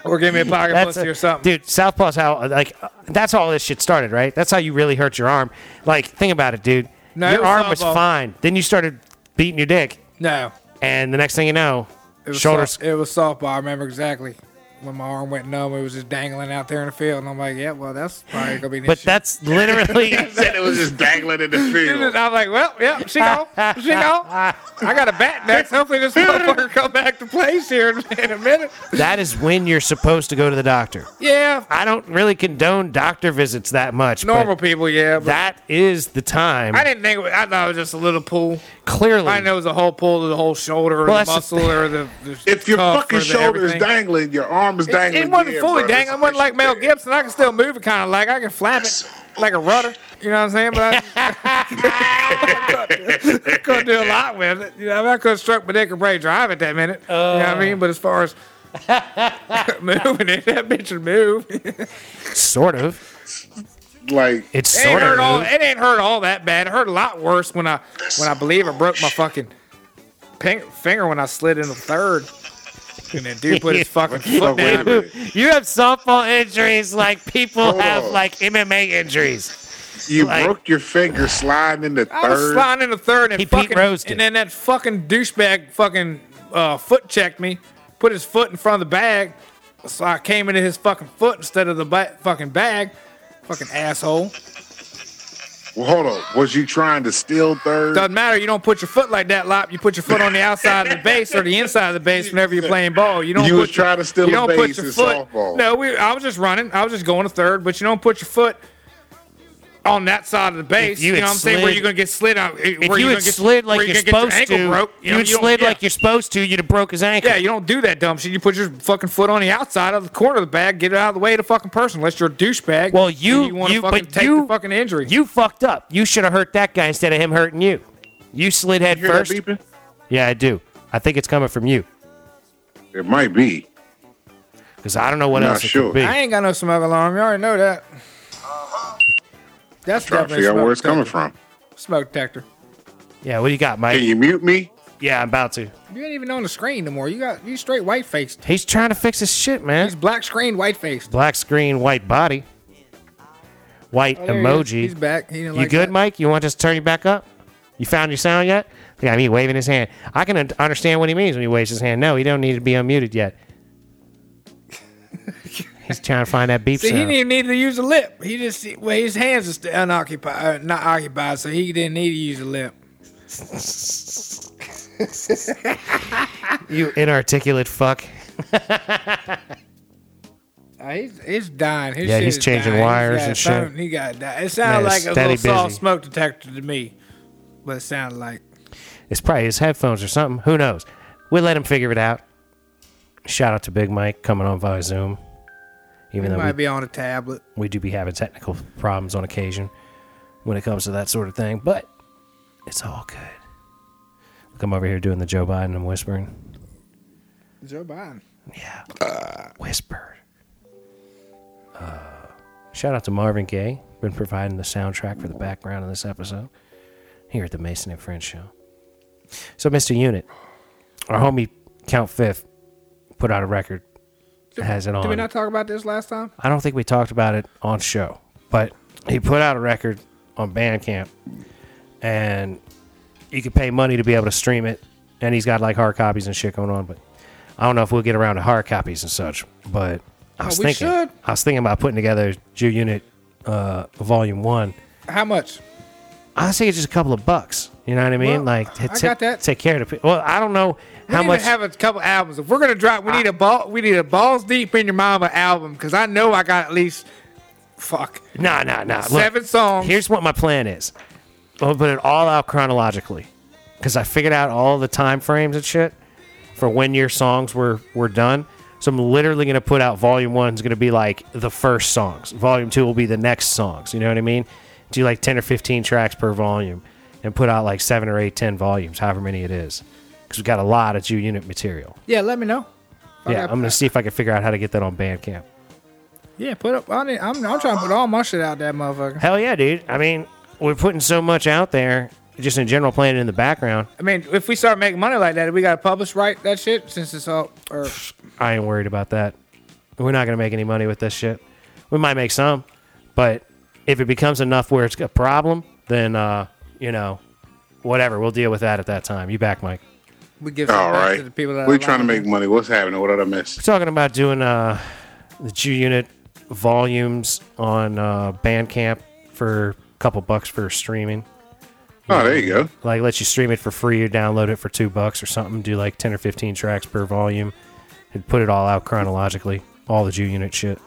or give me a pocket pussy
a-
or something.
Dude, Southpaw's how like uh, that's how all this shit started, right? That's how you really hurt your arm. Like, think about it, dude.
No, it
your
was
arm was
Southpaw.
fine. Then you started beating your dick,
No,
and the next thing you know,
it was
shoulders.
soft- it was softball. I remember exactly when my arm went numb. It was just dangling out there in the field, and I'm like, yeah, well, that's probably gonna be. an
But
issue.
that's literally
Said it was just dangling in the field.
I'm like, well, yeah, she gone, she gone. I got a bat next. Hopefully, this motherfucker come back to place here in, in a minute.
that is when you're supposed to go to the doctor.
Yeah,
I don't really condone doctor visits that much. but
normal people. Yeah, but
That is the time.
I didn't think. It was, I thought it was just a little pull.
Clearly,
I know it was a whole pull of the whole shoulder or
Well,
the
that's the
muscle or the, the
If your
cuff
fucking
or Oh, the
shoulder is
everything.
dangling, your arm is
It-
dangling.
It wasn't
yeah,
fully
bro,
dangling. It
that's
wasn't like Mel
there.
Gibson. I can still move it kind of like I can flap it like a rudder. You know what I'm saying? But I, I couldn't do a lot with it. You know, I, mean, I could have struck my dick and probably drive it that minute. you
Uh.
know what I mean? But as far as moving it, that bitch would move. It
sort of.
Like
It's
ain't
sort of.
hurt all. It ain't hurt all that bad. It hurt a lot worse when I when I believe I broke my fucking pink finger when I slid in the third. And then dude put his fucking foot
Fuck, wait a
down.
minute.
you have softball injuries like people
Hold
have
on.
like MMA injuries.
You
Like-
broke your finger sliding in the
I was
third.
sliding in the third and
He Pete
fucking,
Rose did.
and then that fucking douchebag fucking uh, foot checked me, put his foot in front of the bag, so I came into his fucking foot instead of the ba- fucking bag. Fucking asshole.
Well, hold on. Was you trying to steal third?
Doesn't matter. You don't put your foot like that, Lop. You put your foot on the outside of the base or the inside of the base whenever you're playing ball. You don't.
You
put
was
your-
trying to steal
you
a
don't
base
put your
in
foot.
softball.
No, we. I was just running. I was just going to third, but you don't put your foot on that side of the base.
If you
know
had
what I'm saying? Where
slid-
you're gonna get slid eh, on?
If you had slid like you're supposed to,
broke,
you would slid like you're supposed to, you'd have broke his ankle.
Yeah, you don't do that dumb shit. You put your fucking foot on the outside of the corner of the bag, get it out of the way of the fucking person, unless you're a douchebag.
well,
and
you,
wanna
you
fucking
but
take
you
the fucking injury.
You fucked up. You should have hurt that guy instead of him hurting you. You slid head
You hear that
first.
beeping?
Yeah, I do. I think it's coming from you
It might be.
because I don't know what
Not
else
sure.
it could be.
I ain't got no smoke alarm. You already know that. That's
Trying to
definitely
figure
smoke
out where it's coming
detector.
from.
Smoke detector.
Yeah, what do you got, Mike?
Can you mute me?
yeah, I'm about to.
You ain't even on the screen no more. You got you straight white faced.
He's trying to fix his shit, man.
He's black screen white faced.
Black screen, white body, white
Oh,
emoji.
He's back. He didn't
You
like
good,
that.
Mike? You want to just turn you back up? You found your sound yet? Look at me waving his hand. I can un- understand what he means when he waves his hand. No, he don't need to be unmuted yet. He's trying to find that beep
See, he
sound.
didn't even need to use a lip. He just well, his hands are still unoccupied, uh, not occupied, so he didn't need to use a lip.
you inarticulate fuck.
Uh, he's, he's dying. His
Yeah,
shit
he's
is
changing
dying.
wires
He's got
and
a
shit.
phone. He got die. It
Man,
sounded like a
steady
little soft
busy.
smoke detector to me, but it sounded like
It's probably his headphones or something. Who knows? We'll let him figure it out. Shout out to Big Mike coming on via Zoom. Even
it
though
might
we,
be on a tablet.
we do be having technical problems on occasion when it comes to that sort of thing, but it's all good. Look, I'm over here doing the Joe Biden. I'm whispering.
Joe Biden.
Yeah. Whisper. Uh, shout out to Marvin Gaye, been providing the soundtrack for the background of this episode here at the Mason and Friends Show. So, Mr. Unit, our homie Count Fifth put out a record. that Has it on?
Did we not talk about this last time?
I don't think we talked about it on show, but he put out a record on Bandcamp, and you could pay money to be able to stream it. And he's got like hard copies and shit going on, but I don't know if we'll get around to hard copies and such. But I was
Oh, we
thinking,
should.
I was thinking about putting together Jew Unit uh, Volume One.
How much?
I say it's just a couple of bucks. You know what I mean?
Well,
like, to
I
ta-
got that.
Take care of the people. Well, I don't know
We
how
need
much.
to have a couple albums. If we're gonna drop, we need a ball. We need a balls deep in your mama album because I know I got at least fuck
nah, nah, nah. Look,
seven songs.
Here's what my plan is. I'll put it all out chronologically because I figured out all the time frames and shit for when your songs were were done. So I'm literally gonna put out volume one's gonna be like the first songs. Volume two will be the next songs. You know what I mean? Do like ten or fifteen tracks per volume and put out like seven or eight, ten volumes, however many it is. Because we got a lot of Jew unit material.
yeah, let me know. I
Yeah,
got-
I'm gonna see if I can figure out how to get that on Bandcamp.
Yeah, put up. I need, I'm, I'm trying to put all my shit out that motherfucker.
Hell yeah, dude. I mean, we're putting so much out there, just in general, playing it in the background.
I mean, if we start making money like that, we gotta publish right that shit since it's all. Or
I ain't worried about that. We're not gonna make any money with this shit. We might make some, but if it becomes enough where it's a problem, then uh, you know, whatever. We'll deal with that at that time. You back, Mike?
we give
All
something back
right.
to the people that
We're
like
trying to
it.
make money. What's happening? What did I
We're
miss?
talking about doing uh, the Jew Unit volumes on uh, Bandcamp for a couple bucks for streaming.
Oh, there you go.
Like, let you stream it for free or download it for two bucks or something. Do like ten or fifteen tracks per volume, and put it all out chronologically. All the Jew Unit shit.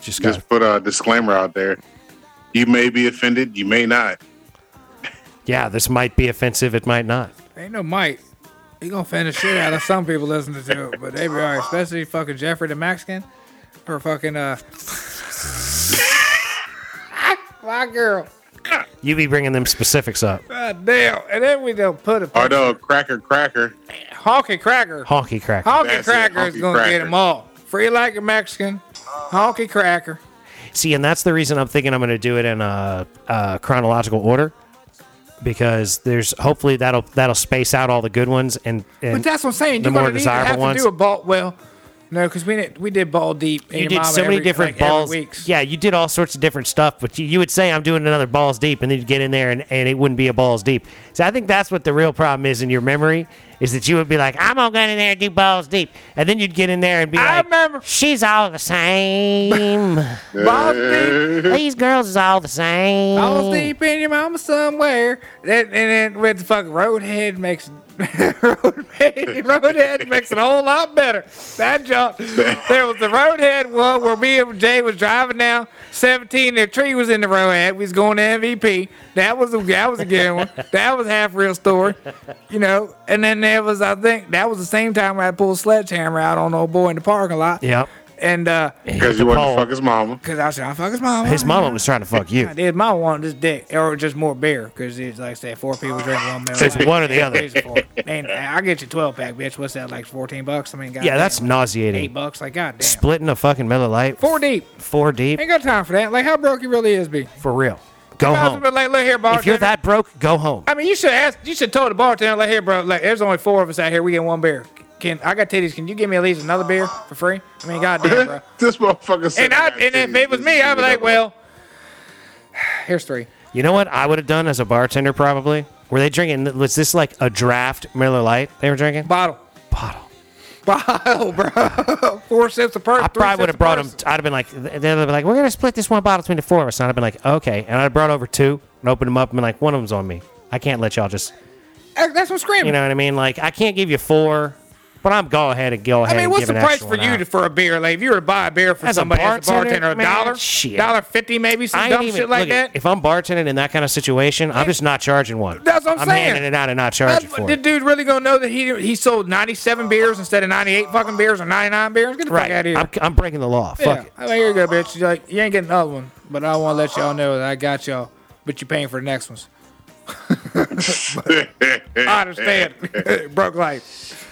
Just got
Just put a disclaimer out there. You may be offended. You may not.
yeah, this might be offensive, it might not.
Ain't no mic. He gonna offend the shit out of some people listening to it, but they be alright, especially fucking Jeffrey the Mexican or fucking uh. My girl.
You be bringing them specifics up.
God damn. And then we don't put a
Or no, cracker, cracker.
honky cracker.
Honky crack.
Honky
That's it,
cracker is
honky
gonna get
cracker.
them all. Free like a Mexican. Honky cracker.
See, and that's the reason I'm thinking I'm going to do it in a, uh chronological order because there's hopefully that'll that'll space out all the good ones and, and
But that's what I'm saying.
The
You're
more
gonna need to
desirable
have to
ones.
do a ball. Well, No, because we did, we did ball deep. and
You
your
did
mama
so many
every-
different
like, every
balls.
Weeks.
Yeah, you did all sorts of different stuff, but you, you would say, I'm doing another balls deep, and then you'd get in there and, and it wouldn't be a balls deep. So I think that's what the real problem is in your memory is that you would be like, I'm going to go in there and do balls deep. And then you'd get in there and be
I
like,
remember.
She's all the same.
Balls deep.
These girls is all the same.
Balls deep in your mama somewhere. That, and then with the fucking roadhead makes roadhead, roadhead makes it a whole lot better. That jump. There was the roadhead one where me and Jay was driving down 17. The tree was in the roadhead. We was going to MVP. That was a, that was a good one. That was half real story, you know. And then there was I think that was the same time where I pulled a sledgehammer out on old boy in the parking lot.
Yep.
And uh,
Because you want to fuck his mama.
cause I was trying to fuck his mom.
His mama was trying to fuck you.
I did. Mine wanted this dick, or just more beer, because it's like I said, four people drink one beer.
It's one or the other.
And I get you twelve pack, bitch. What's that like? Fourteen bucks? I mean, goddamn,
Yeah, that's
eight
nauseating.
bucks. Like goddamn,
Splitting a fucking Miller Lite.
four deep.
Four deep.
Ain't got time for that. Like how broke you really is, be.
For real. Go
I
home.
was like, look here, bartender.
If you're that broke, go home.
I mean, you should ask. You should tell the bartender, like here, bro. Like there's only four of us out here. We get one beer. Can I got titties? Can you give me at least another beer for free? I mean, goddamn, bro.
this motherfucker said.
And I and if it was me, I'd be like, well, here's three.
You know what I would have done as a bartender probably? Were they drinking? Was this like a draft Miller Lite they were drinking?
Bottle.
Bottle.
bottle, bro. Four sips a person.
I probably would have brought them. I'd have been like, they'd have been like, we're gonna split this one bottle between the four of us. And I'd have been like, okay. And I'd have brought over two and opened them up and been like, one of them's on me. I can't let y'all just,
That's what I'm screaming.
you know what I mean? Like, I can't give you four, but I'm go ahead and go
I
ahead.
mean,
and
what's
give
the
an
price
extra
for
one
you
out.
to, for a beer? Like, if you were to buy a beer for
As a
somebody, as a
bartender,
bartender, a
man,
dollar,
shit.
dollar fifty, maybe some
I ain't
dumb
even,
shit like
look,
that.
If I'm bartending in that kind of situation, I'm just not charging one.
That's what I'm saying.
handing it out and not
That's
charging
what-
for
the
it.
dude really gonna know that he he sold 97 beers instead of 98 fucking beers or 99 beers? Get the fuck out
Right.
of here.
I'm, I'm breaking the law. Fuck it.
I mean, here you go, bitch. You're like, you ain't getting another one, but I want to let y'all know that I got y'all, but you're paying for the next ones. I understand. Broke life.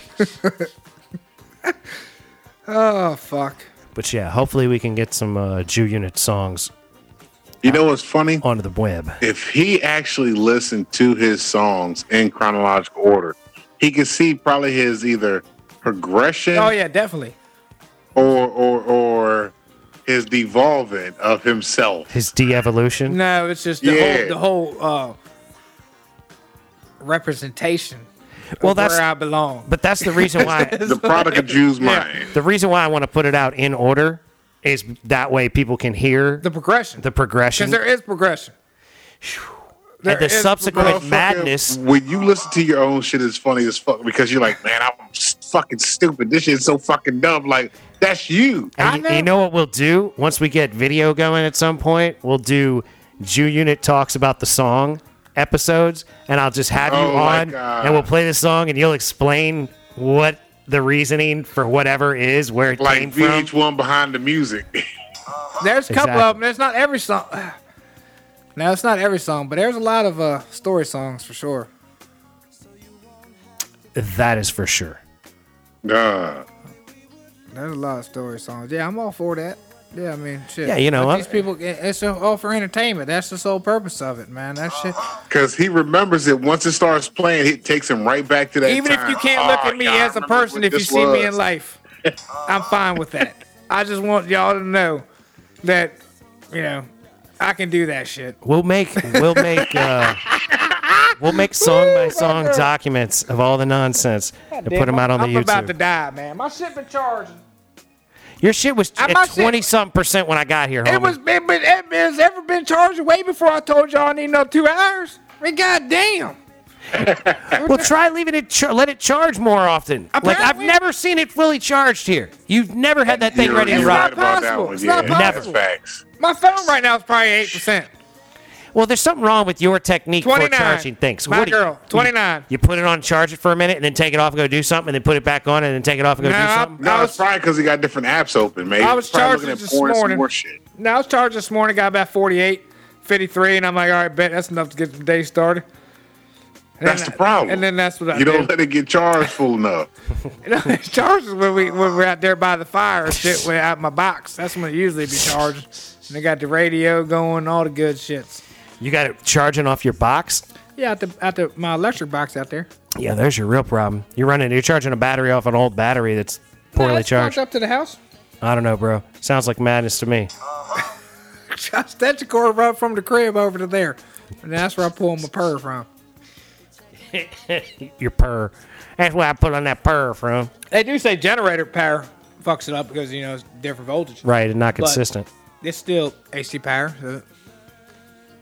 oh, fuck.
But yeah, hopefully we can get some uh, Jew Unit songs
you know what's funny?
onto the web.
If he actually listened to his songs in chronological order, he could see probably his either progression
Oh, yeah, definitely.
or or or his devolving of himself.
His de-evolution.
No, it's just the
Yeah.
whole, the whole uh, representation
well,
of where
that's
I belong.
but that's the reason why
The product of Jew's mind.
the reason why I want to put it out in order is that way people can hear
the
the,
progression.
progression
Because there is progression.
and
there
the
is
subsequent
Motherfucker,
madness.
When you listen to your own shit, it's funny as fuck because you're like, man, I'm s- fucking stupid. This shit's so fucking dumb. Like, that's you.
And
I
you- you,
know.
know what we'll do once we get video going at some point? We'll do Jew Unit talks about the song episodes, and I'll just have you
Oh my
on,
God.
and we'll play the song, and you'll explain what the reasoning for whatever is where it
Like
came from.
VH1 behind the music.
There's a couple
Exactly.
of them. There's not every song. No, it's not every song, but there's a lot of uh, story songs for sure.
That is for sure.
Nah.
There's a lot of story songs. Yeah, I'm all for that. Yeah, I mean, shit.
Yeah, you know,
But
I-
these people, it's all for entertainment. That's the sole purpose of it, man. That shit.
Because he remembers it once it starts playing, it takes him right back to that.
Even if
time.
you can't look
Oh,
at me
yeah, I
as a
remember
person,
what
if you
this
see me in
was.
life, I'm fine with that. I just want y'all to know that, you know, I can do that shit.
We'll make we'll make uh, we'll make song by song documents of all the nonsense and put them out on
I'm
the
about to
YouTube.
die, man. My shit been charged.
Your shit was
I
at
must say-
twenty something percent when I got here.
It
homie.
was it, but it has ever been charged way before I told y'all I need another two hours. I mean, goddamn.
Well, try leaving it. Char- let it charge more often. Like I've
Apparently-
never seen it fully charged here. You've never had that thing
You're-
ready to
you're
rock.
right about that
possible.
one,
It's
yeah.
not
That's
possible.
facts.
My phone right now is probably eight percent.
Well, there's something wrong with your technique for
29.
charging things.
My
do you-
girl, 29.
You, you put it on, charge it for a minute, and then take it off and go do something, and then put it back on, and then take it off and go
No,
do
I-
something.
No,
I
it's
was-
probably because he got different apps open, man.
I was
Probably
charging
looking at
this
porn and some
morning.
More shit.
Now I was charged this morning, got about 48, 53, and I'm like, all right, bet that's enough to get the day started. And
That's
then-
the problem.
And then that's what I
You
did.
don't let it get charged full enough.
It's charges when we when we're out there by the fire and shit. We're out my box. That's when it usually be charged. And they got the radio going, all the good shits.
You got it charging off your box.
Yeah, at the at the my electric box out there.
Yeah, there's your real problem. You're running. You're charging a battery off an old battery that's poorly
that's
charged.
Up to the house.
I don't know, bro. Sounds like madness to me.
Just that's the cord run from the crib over to there, and that's where I pull my purr from.
Your purr. That's where I put on that purr from.
They do say generator power fucks it up because you know it's different voltage.
Right, and not consistent.
It's still AC power. So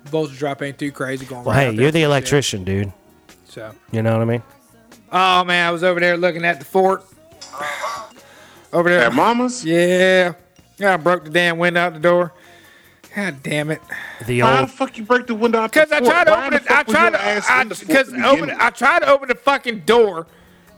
voltage drop ain't too crazy going.
well,
right
hey,
out there
you're the
and shit.
electrician, dude.
So,
You know what I mean?
oh man, I was over there looking at the fort. Over there,
At mama's?
yeah. Yeah, I broke the damn window out the door. God damn it.
The
Why
old.
the fuck you break the window out? the
Because I
fort?
tried to
Why
open
the
it. I
fuck was
tried
your ass in the
to.
fort
Because
to
open.
begin
I tried to open the fucking door,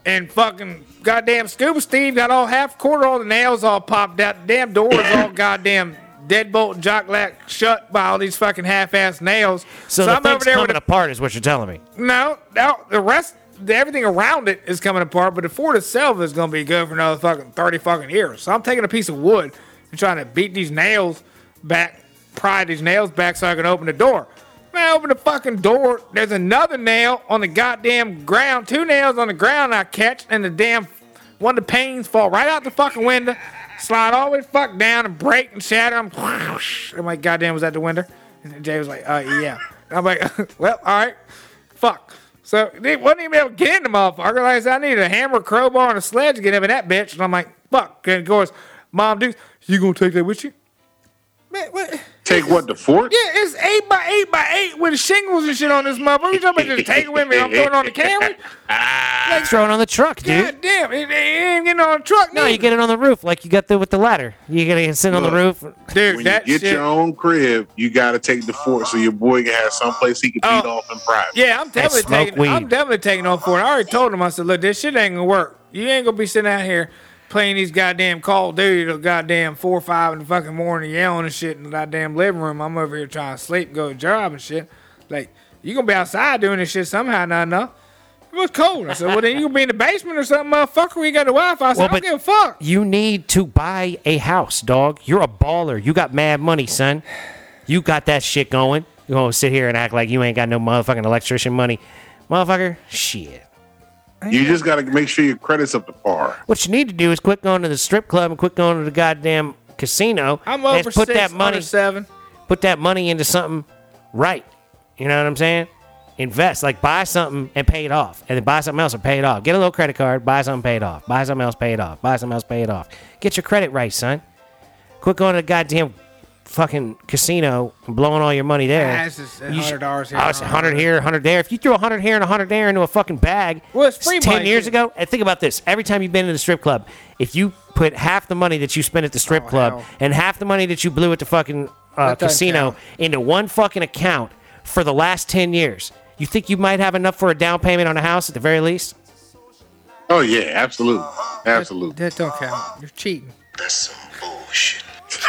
and fucking goddamn Scuba Steve got all half quarter, all the nails all popped out. The damn door is all goddamn deadbolt and jock lock shut by all these fucking half ass nails.
So, the
I'm
thing's
over there
coming
with a
apart, is what you're telling me.
no, no. The rest, the, everything around it is coming apart, but the Ford itself is going to be good for another fucking thirty fucking years. So I'm taking a piece of wood and trying to beat these nails back, pry these nails back, so I can open the door. When I open the fucking door, there's another nail on the goddamn ground. Two nails on the ground I catch, and the damn one of the panes fall right out the fucking window, slide all the way the fuck down and break and shatter. I'm, I'm like, goddamn, was that the window? And Jay was like, uh, yeah. I'm like, well, all right. Fuck. So they wasn't even able to get in the motherfucker. Like I said, I needed a hammer, crowbar, and a sledge to get him in that bitch. And I'm like, fuck. And of course, mom dudes, you gonna take that with you? Man, what? Yeah,
Take what the fort?
it's eight by eight by eight with shingles and shit on this motherfucker. You talking about just take it with me? I'm throwing it on the camera.
Ah,
Throw it on the truck, dude.
God damn, it, it ain't getting on the truck.
No, you
neither.
get it on the roof like you got there with the ladder. You gotta sit on the roof.
dude.
When you
that
get
shit.
your own crib, you gotta take the fort so your boy can have someplace he can beat
Oh.
off in private.
Yeah, I'm definitely
smoke
taking.
weed.
I'm definitely taking on for it. I already told him. I said, look, this shit ain't gonna work. You ain't gonna be sitting out here playing these goddamn Call of Duty till goddamn four or five in the fucking morning, yelling and shit in the goddamn living room. I'm over here trying to sleep, go to job and shit. Like you gonna be outside doing this shit somehow, not enough. It was cold. I said, well then you gonna be in the basement or something, motherfucker. We got the Wi-Fi. I said,
Well,
I
but-
don't give a fuck.
You need to buy a house, dog. You're a baller. You got mad money, son. You got that shit going. You gonna sit here and act like you ain't got no motherfucking electrician money, motherfucker? Shit.
You just gotta make sure your credit's up to par.
What you need to do is quit going to the strip club and quit going to the goddamn casino.
I'm
and
over
put
six,
that money,
under seven.
put that money into something right. You know what I'm saying? Invest, like buy something and pay it off, and then buy something else and pay it off. Get a little credit card, buy something, pay it off. Buy something else, pay it off. Buy something else, pay it off. Get your credit right, son. Quit going to the goddamn fucking casino and blowing all your money there.
Ah, it's just
You should-
$100 here,
Oh, it's hundred here, hundred there. If you threw a hundred here and a hundred there into a fucking bag,
Well, it's free
ten
money,
years
too.
ago. And think about this: every time you've been to the strip club, if you put half the money that you spent at the strip
Oh,
club
hell.
and half the money that you blew at the fucking uh,
That doesn't
casino
count.
into one fucking account for the last 10 years, you think you might have enough for a down payment on a house at the very least?
Oh yeah, absolutely.
Uh-huh.
Absolutely.
That don't count. You're cheating.
That's some bullshit.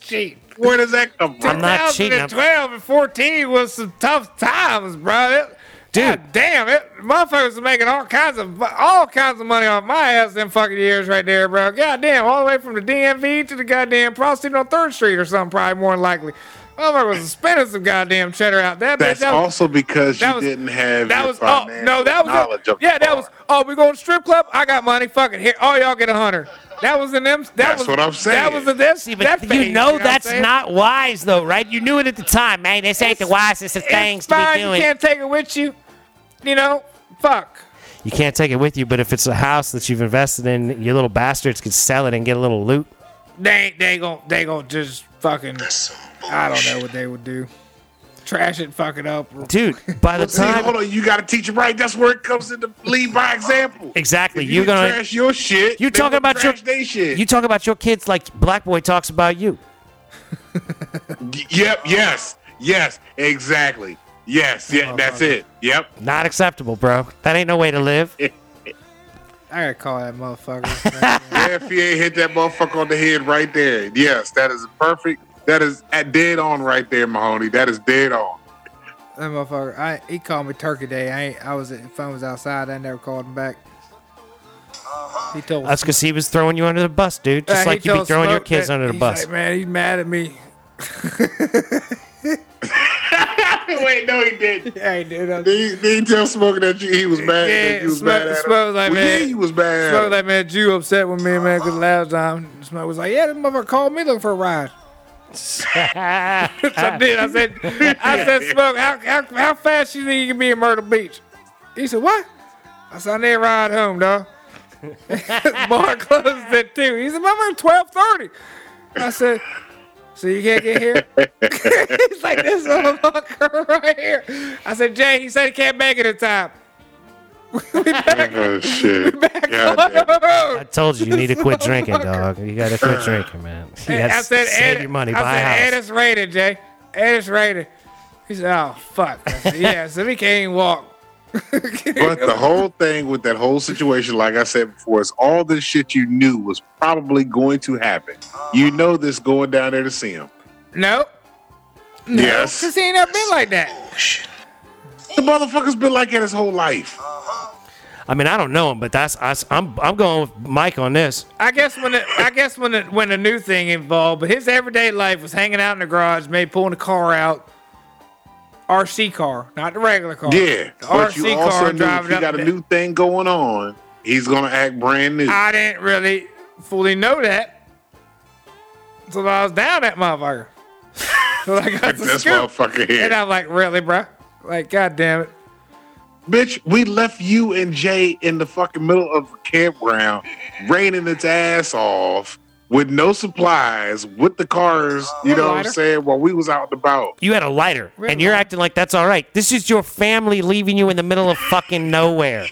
Cheating.
Where does that come from?
I'm not cheating, I'm-
2012 and 14 was some tough times, bro. It,
Dude.
God damn it, motherfuckers were making all kinds of all kinds of money off my ass them fucking years right there, bro. God damn, all the way from the DMV to the goddamn prostitute on Third Street or something, probably more than likely. Motherfuckers was spending some goddamn cheddar out that bitch.
That's
That was-
also because you
that was-
didn't have
that
your
was oh no,
financial
that was
knowledge
it.
up to
yeah, that
par.
was oh we going to strip club. I got money, fucking here. Oh y'all get a hundred. That was in them. That
That's
was
what I'm saying.
That was in this.
See, but
that
you
phase,
know
what I'm
that's
saying?
not wise, though, right? You knew it at the time, man. This ain't the
It's-
wisest of
it's
things to
fine,
be doing.
You can't take it with you. You know, fuck.
You can't take it with you, but if it's a house that you've invested in, your little bastards could sell it and get a little loot.
They ain't. They gon' They gon' just fucking.
That's some bullshit.
I don't know what they would do. Trash it, fuck it up. or-
Dude, by the
See, hold
time.
on, you gotta teach it right. That's where it comes into lead by example.
Exactly.
If
You're
didn't
gonna-
trash your shit.
You
they
talking
gonna
about your
trash they shit.
You talk about your kids like Black Boy talks about you.
Y- Yep. Yes. Yes. Exactly. Yes. Yeah. that's it. Yep.
Not acceptable, bro. That ain't no way to live.
I gotta call that motherfucker.
The FBA E hit that motherfucker on the head right there. Yes. That is perfect. That is at dead on right there, Mahoney. That is dead on.
that motherfucker. I he called me Turkey Day. I ain't. I was at phone was outside. I never called him back. He told.
That's because he was throwing you under the bus, dude. Just
Uh, he
like you be
told
throwing your
Smoke
kids
that-
under the
he's
bus.
like, man, he's mad at me.
Wait, no, he didn't.
Hey, dude. I'm-
Did he, did he tell Smoker that you, he was mad? that
Yeah,
you was
Smoke-
mad at him?
Smoke was
well,
like, man-
yeah, he was bad. at
Smoke
him.
that man Jew upset with me, man, because last time Smoke was like, yeah, this motherfucker called me looking for a ride. I did. I said, I said, Smoke, how, how, how fast you think you can be in Myrtle Beach? He said, what? I said, I need a ride home, dog. Bar closed at 2. He said, motherfucker, 1230. I said, so you can't get here? He's like, this motherfucker right here. I said, Jay, he said he can't make it in time.
Oh shit! God damn.
I told you you need to quit drinking, dog. You gotta quit drinking, man. You
And
gotta
I said,
save
and,
your money,
I
buy a
said,
house.
and it's rated, Jay. And it's rated. He said, oh, fuck. I said, yeah, so we can't even walk.
But the whole thing with that whole situation, like I said before, is all this shit you knew was probably going to happen. You know this going down there to see him.
Nope.
yes,
Because he ain't never been like that.
bullshit.
the motherfucker's been like that his whole life.
I mean, I don't know him, but that's I, am I'm going with Mike on this.
I guess when the, I guess when the, when the new thing involved, but his everyday life was hanging out in the garage, maybe pulling the car out, RC car, not the regular car.
Yeah,
the
but
RC
you
car
also knew if
driving
you
up
got
and
a
down.
new thing going on, he's gonna act brand new.
I didn't really fully know that until I was down that motherfucker. so I got the
this
scoop.
motherfucker
And
here,
I'm like, really, bro? Like, god damn it.
bitch. We left you and Jay in the fucking middle of a campground, raining its ass off. With no supplies, with the cars, you know what
Lighter.
I'm saying? While we was out and about,
You had a lighter,
Red
and you're
light.
acting like that's all right. This is your family leaving you in the middle of fucking nowhere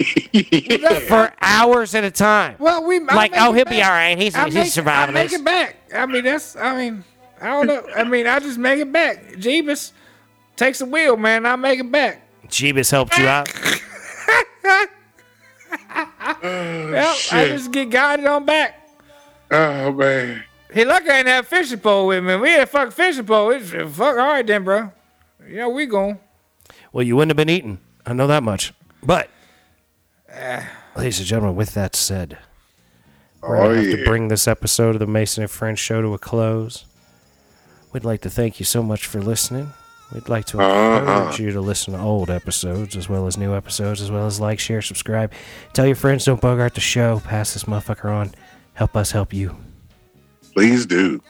for hours at a time.
Well, we I'll
Like,
make
oh,
it
he'll be
back.
all right. He's-
I'll
he's
make-
surviving
I'll make
this.
it back. I mean, that's. I mean, I don't know. I mean, I just make it back. Jeebus takes the wheel, man. I make it back.
Jeebus helped you out.
Yep, I
shit.
just get guided on back.
Oh man.
He lucky I didn't have fishing pole with me. We had a fucking fishing pole. It's, fuck, all right then, bro. You know we going.
Well, you wouldn't have been eating. I know that much. But,
Eh.
ladies and gentlemen, with that said, we're
Oh
going to have
yeah.
to bring this episode of the Mason and Friends show to a close. We'd like to thank you so much for listening. We'd like to
Uh-uh.
encourage you to listen to old episodes as well as new episodes, as well as like, share, subscribe. Tell your friends, don't bogart the show. Pass this motherfucker on. Help us help you.
Please do.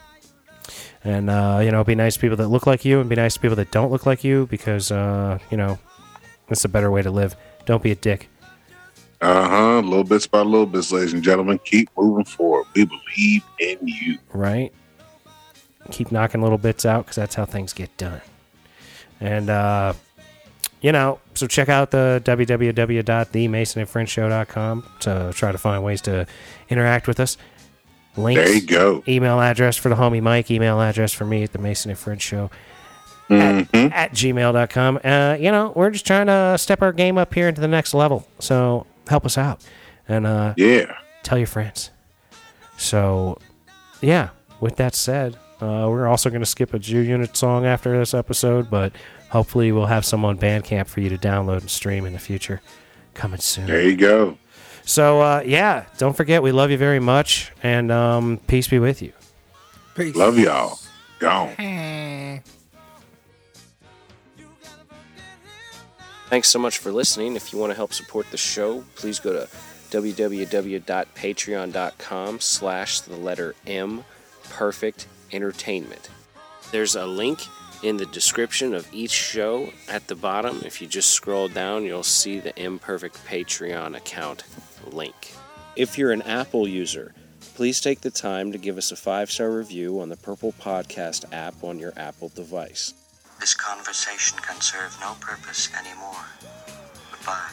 And, uh, you know, be nice to people that look like you and be nice to people that don't look like you because, uh, you know, that's a better way to live. Don't be a dick.
Uh huh. Little bits by little bits, ladies and gentlemen. Keep moving forward. We believe in you.
right? Keep knocking little bits out because that's how things get done. And, uh, you know, so check out the www.themasonandfriendshow.com to try to find ways to interact with us. Links,
There you go.
email address for the homie Mike, email address for me at the Mason and Friends Show at, at gmail.com. Uh, you know, we're just trying to step our game up here into the next level. So help us out. And, uh,
Yeah.
tell your friends. So, yeah, with that said, uh, we're also going to skip a Jew Unit song after this episode, but hopefully we'll have some on Bandcamp for you to download and stream in the future. Coming soon.
There you go.
So, uh, yeah, don't forget, we love you very much, and um, peace be with you.
Peace. Hmm.
Love y'all. Gone.
Thanks so much for listening. If you want to help support the show, please go to www.patreon.com slash the letter M Perfect Entertainment. There's a link in the description of each show at the bottom. If you just scroll down, you'll see the Imperfect Patreon account link. If you're an Apple user, please take the time to give us a five star review on the Purple Podcast app on your Apple device.
This conversation can serve no purpose anymore. Goodbye.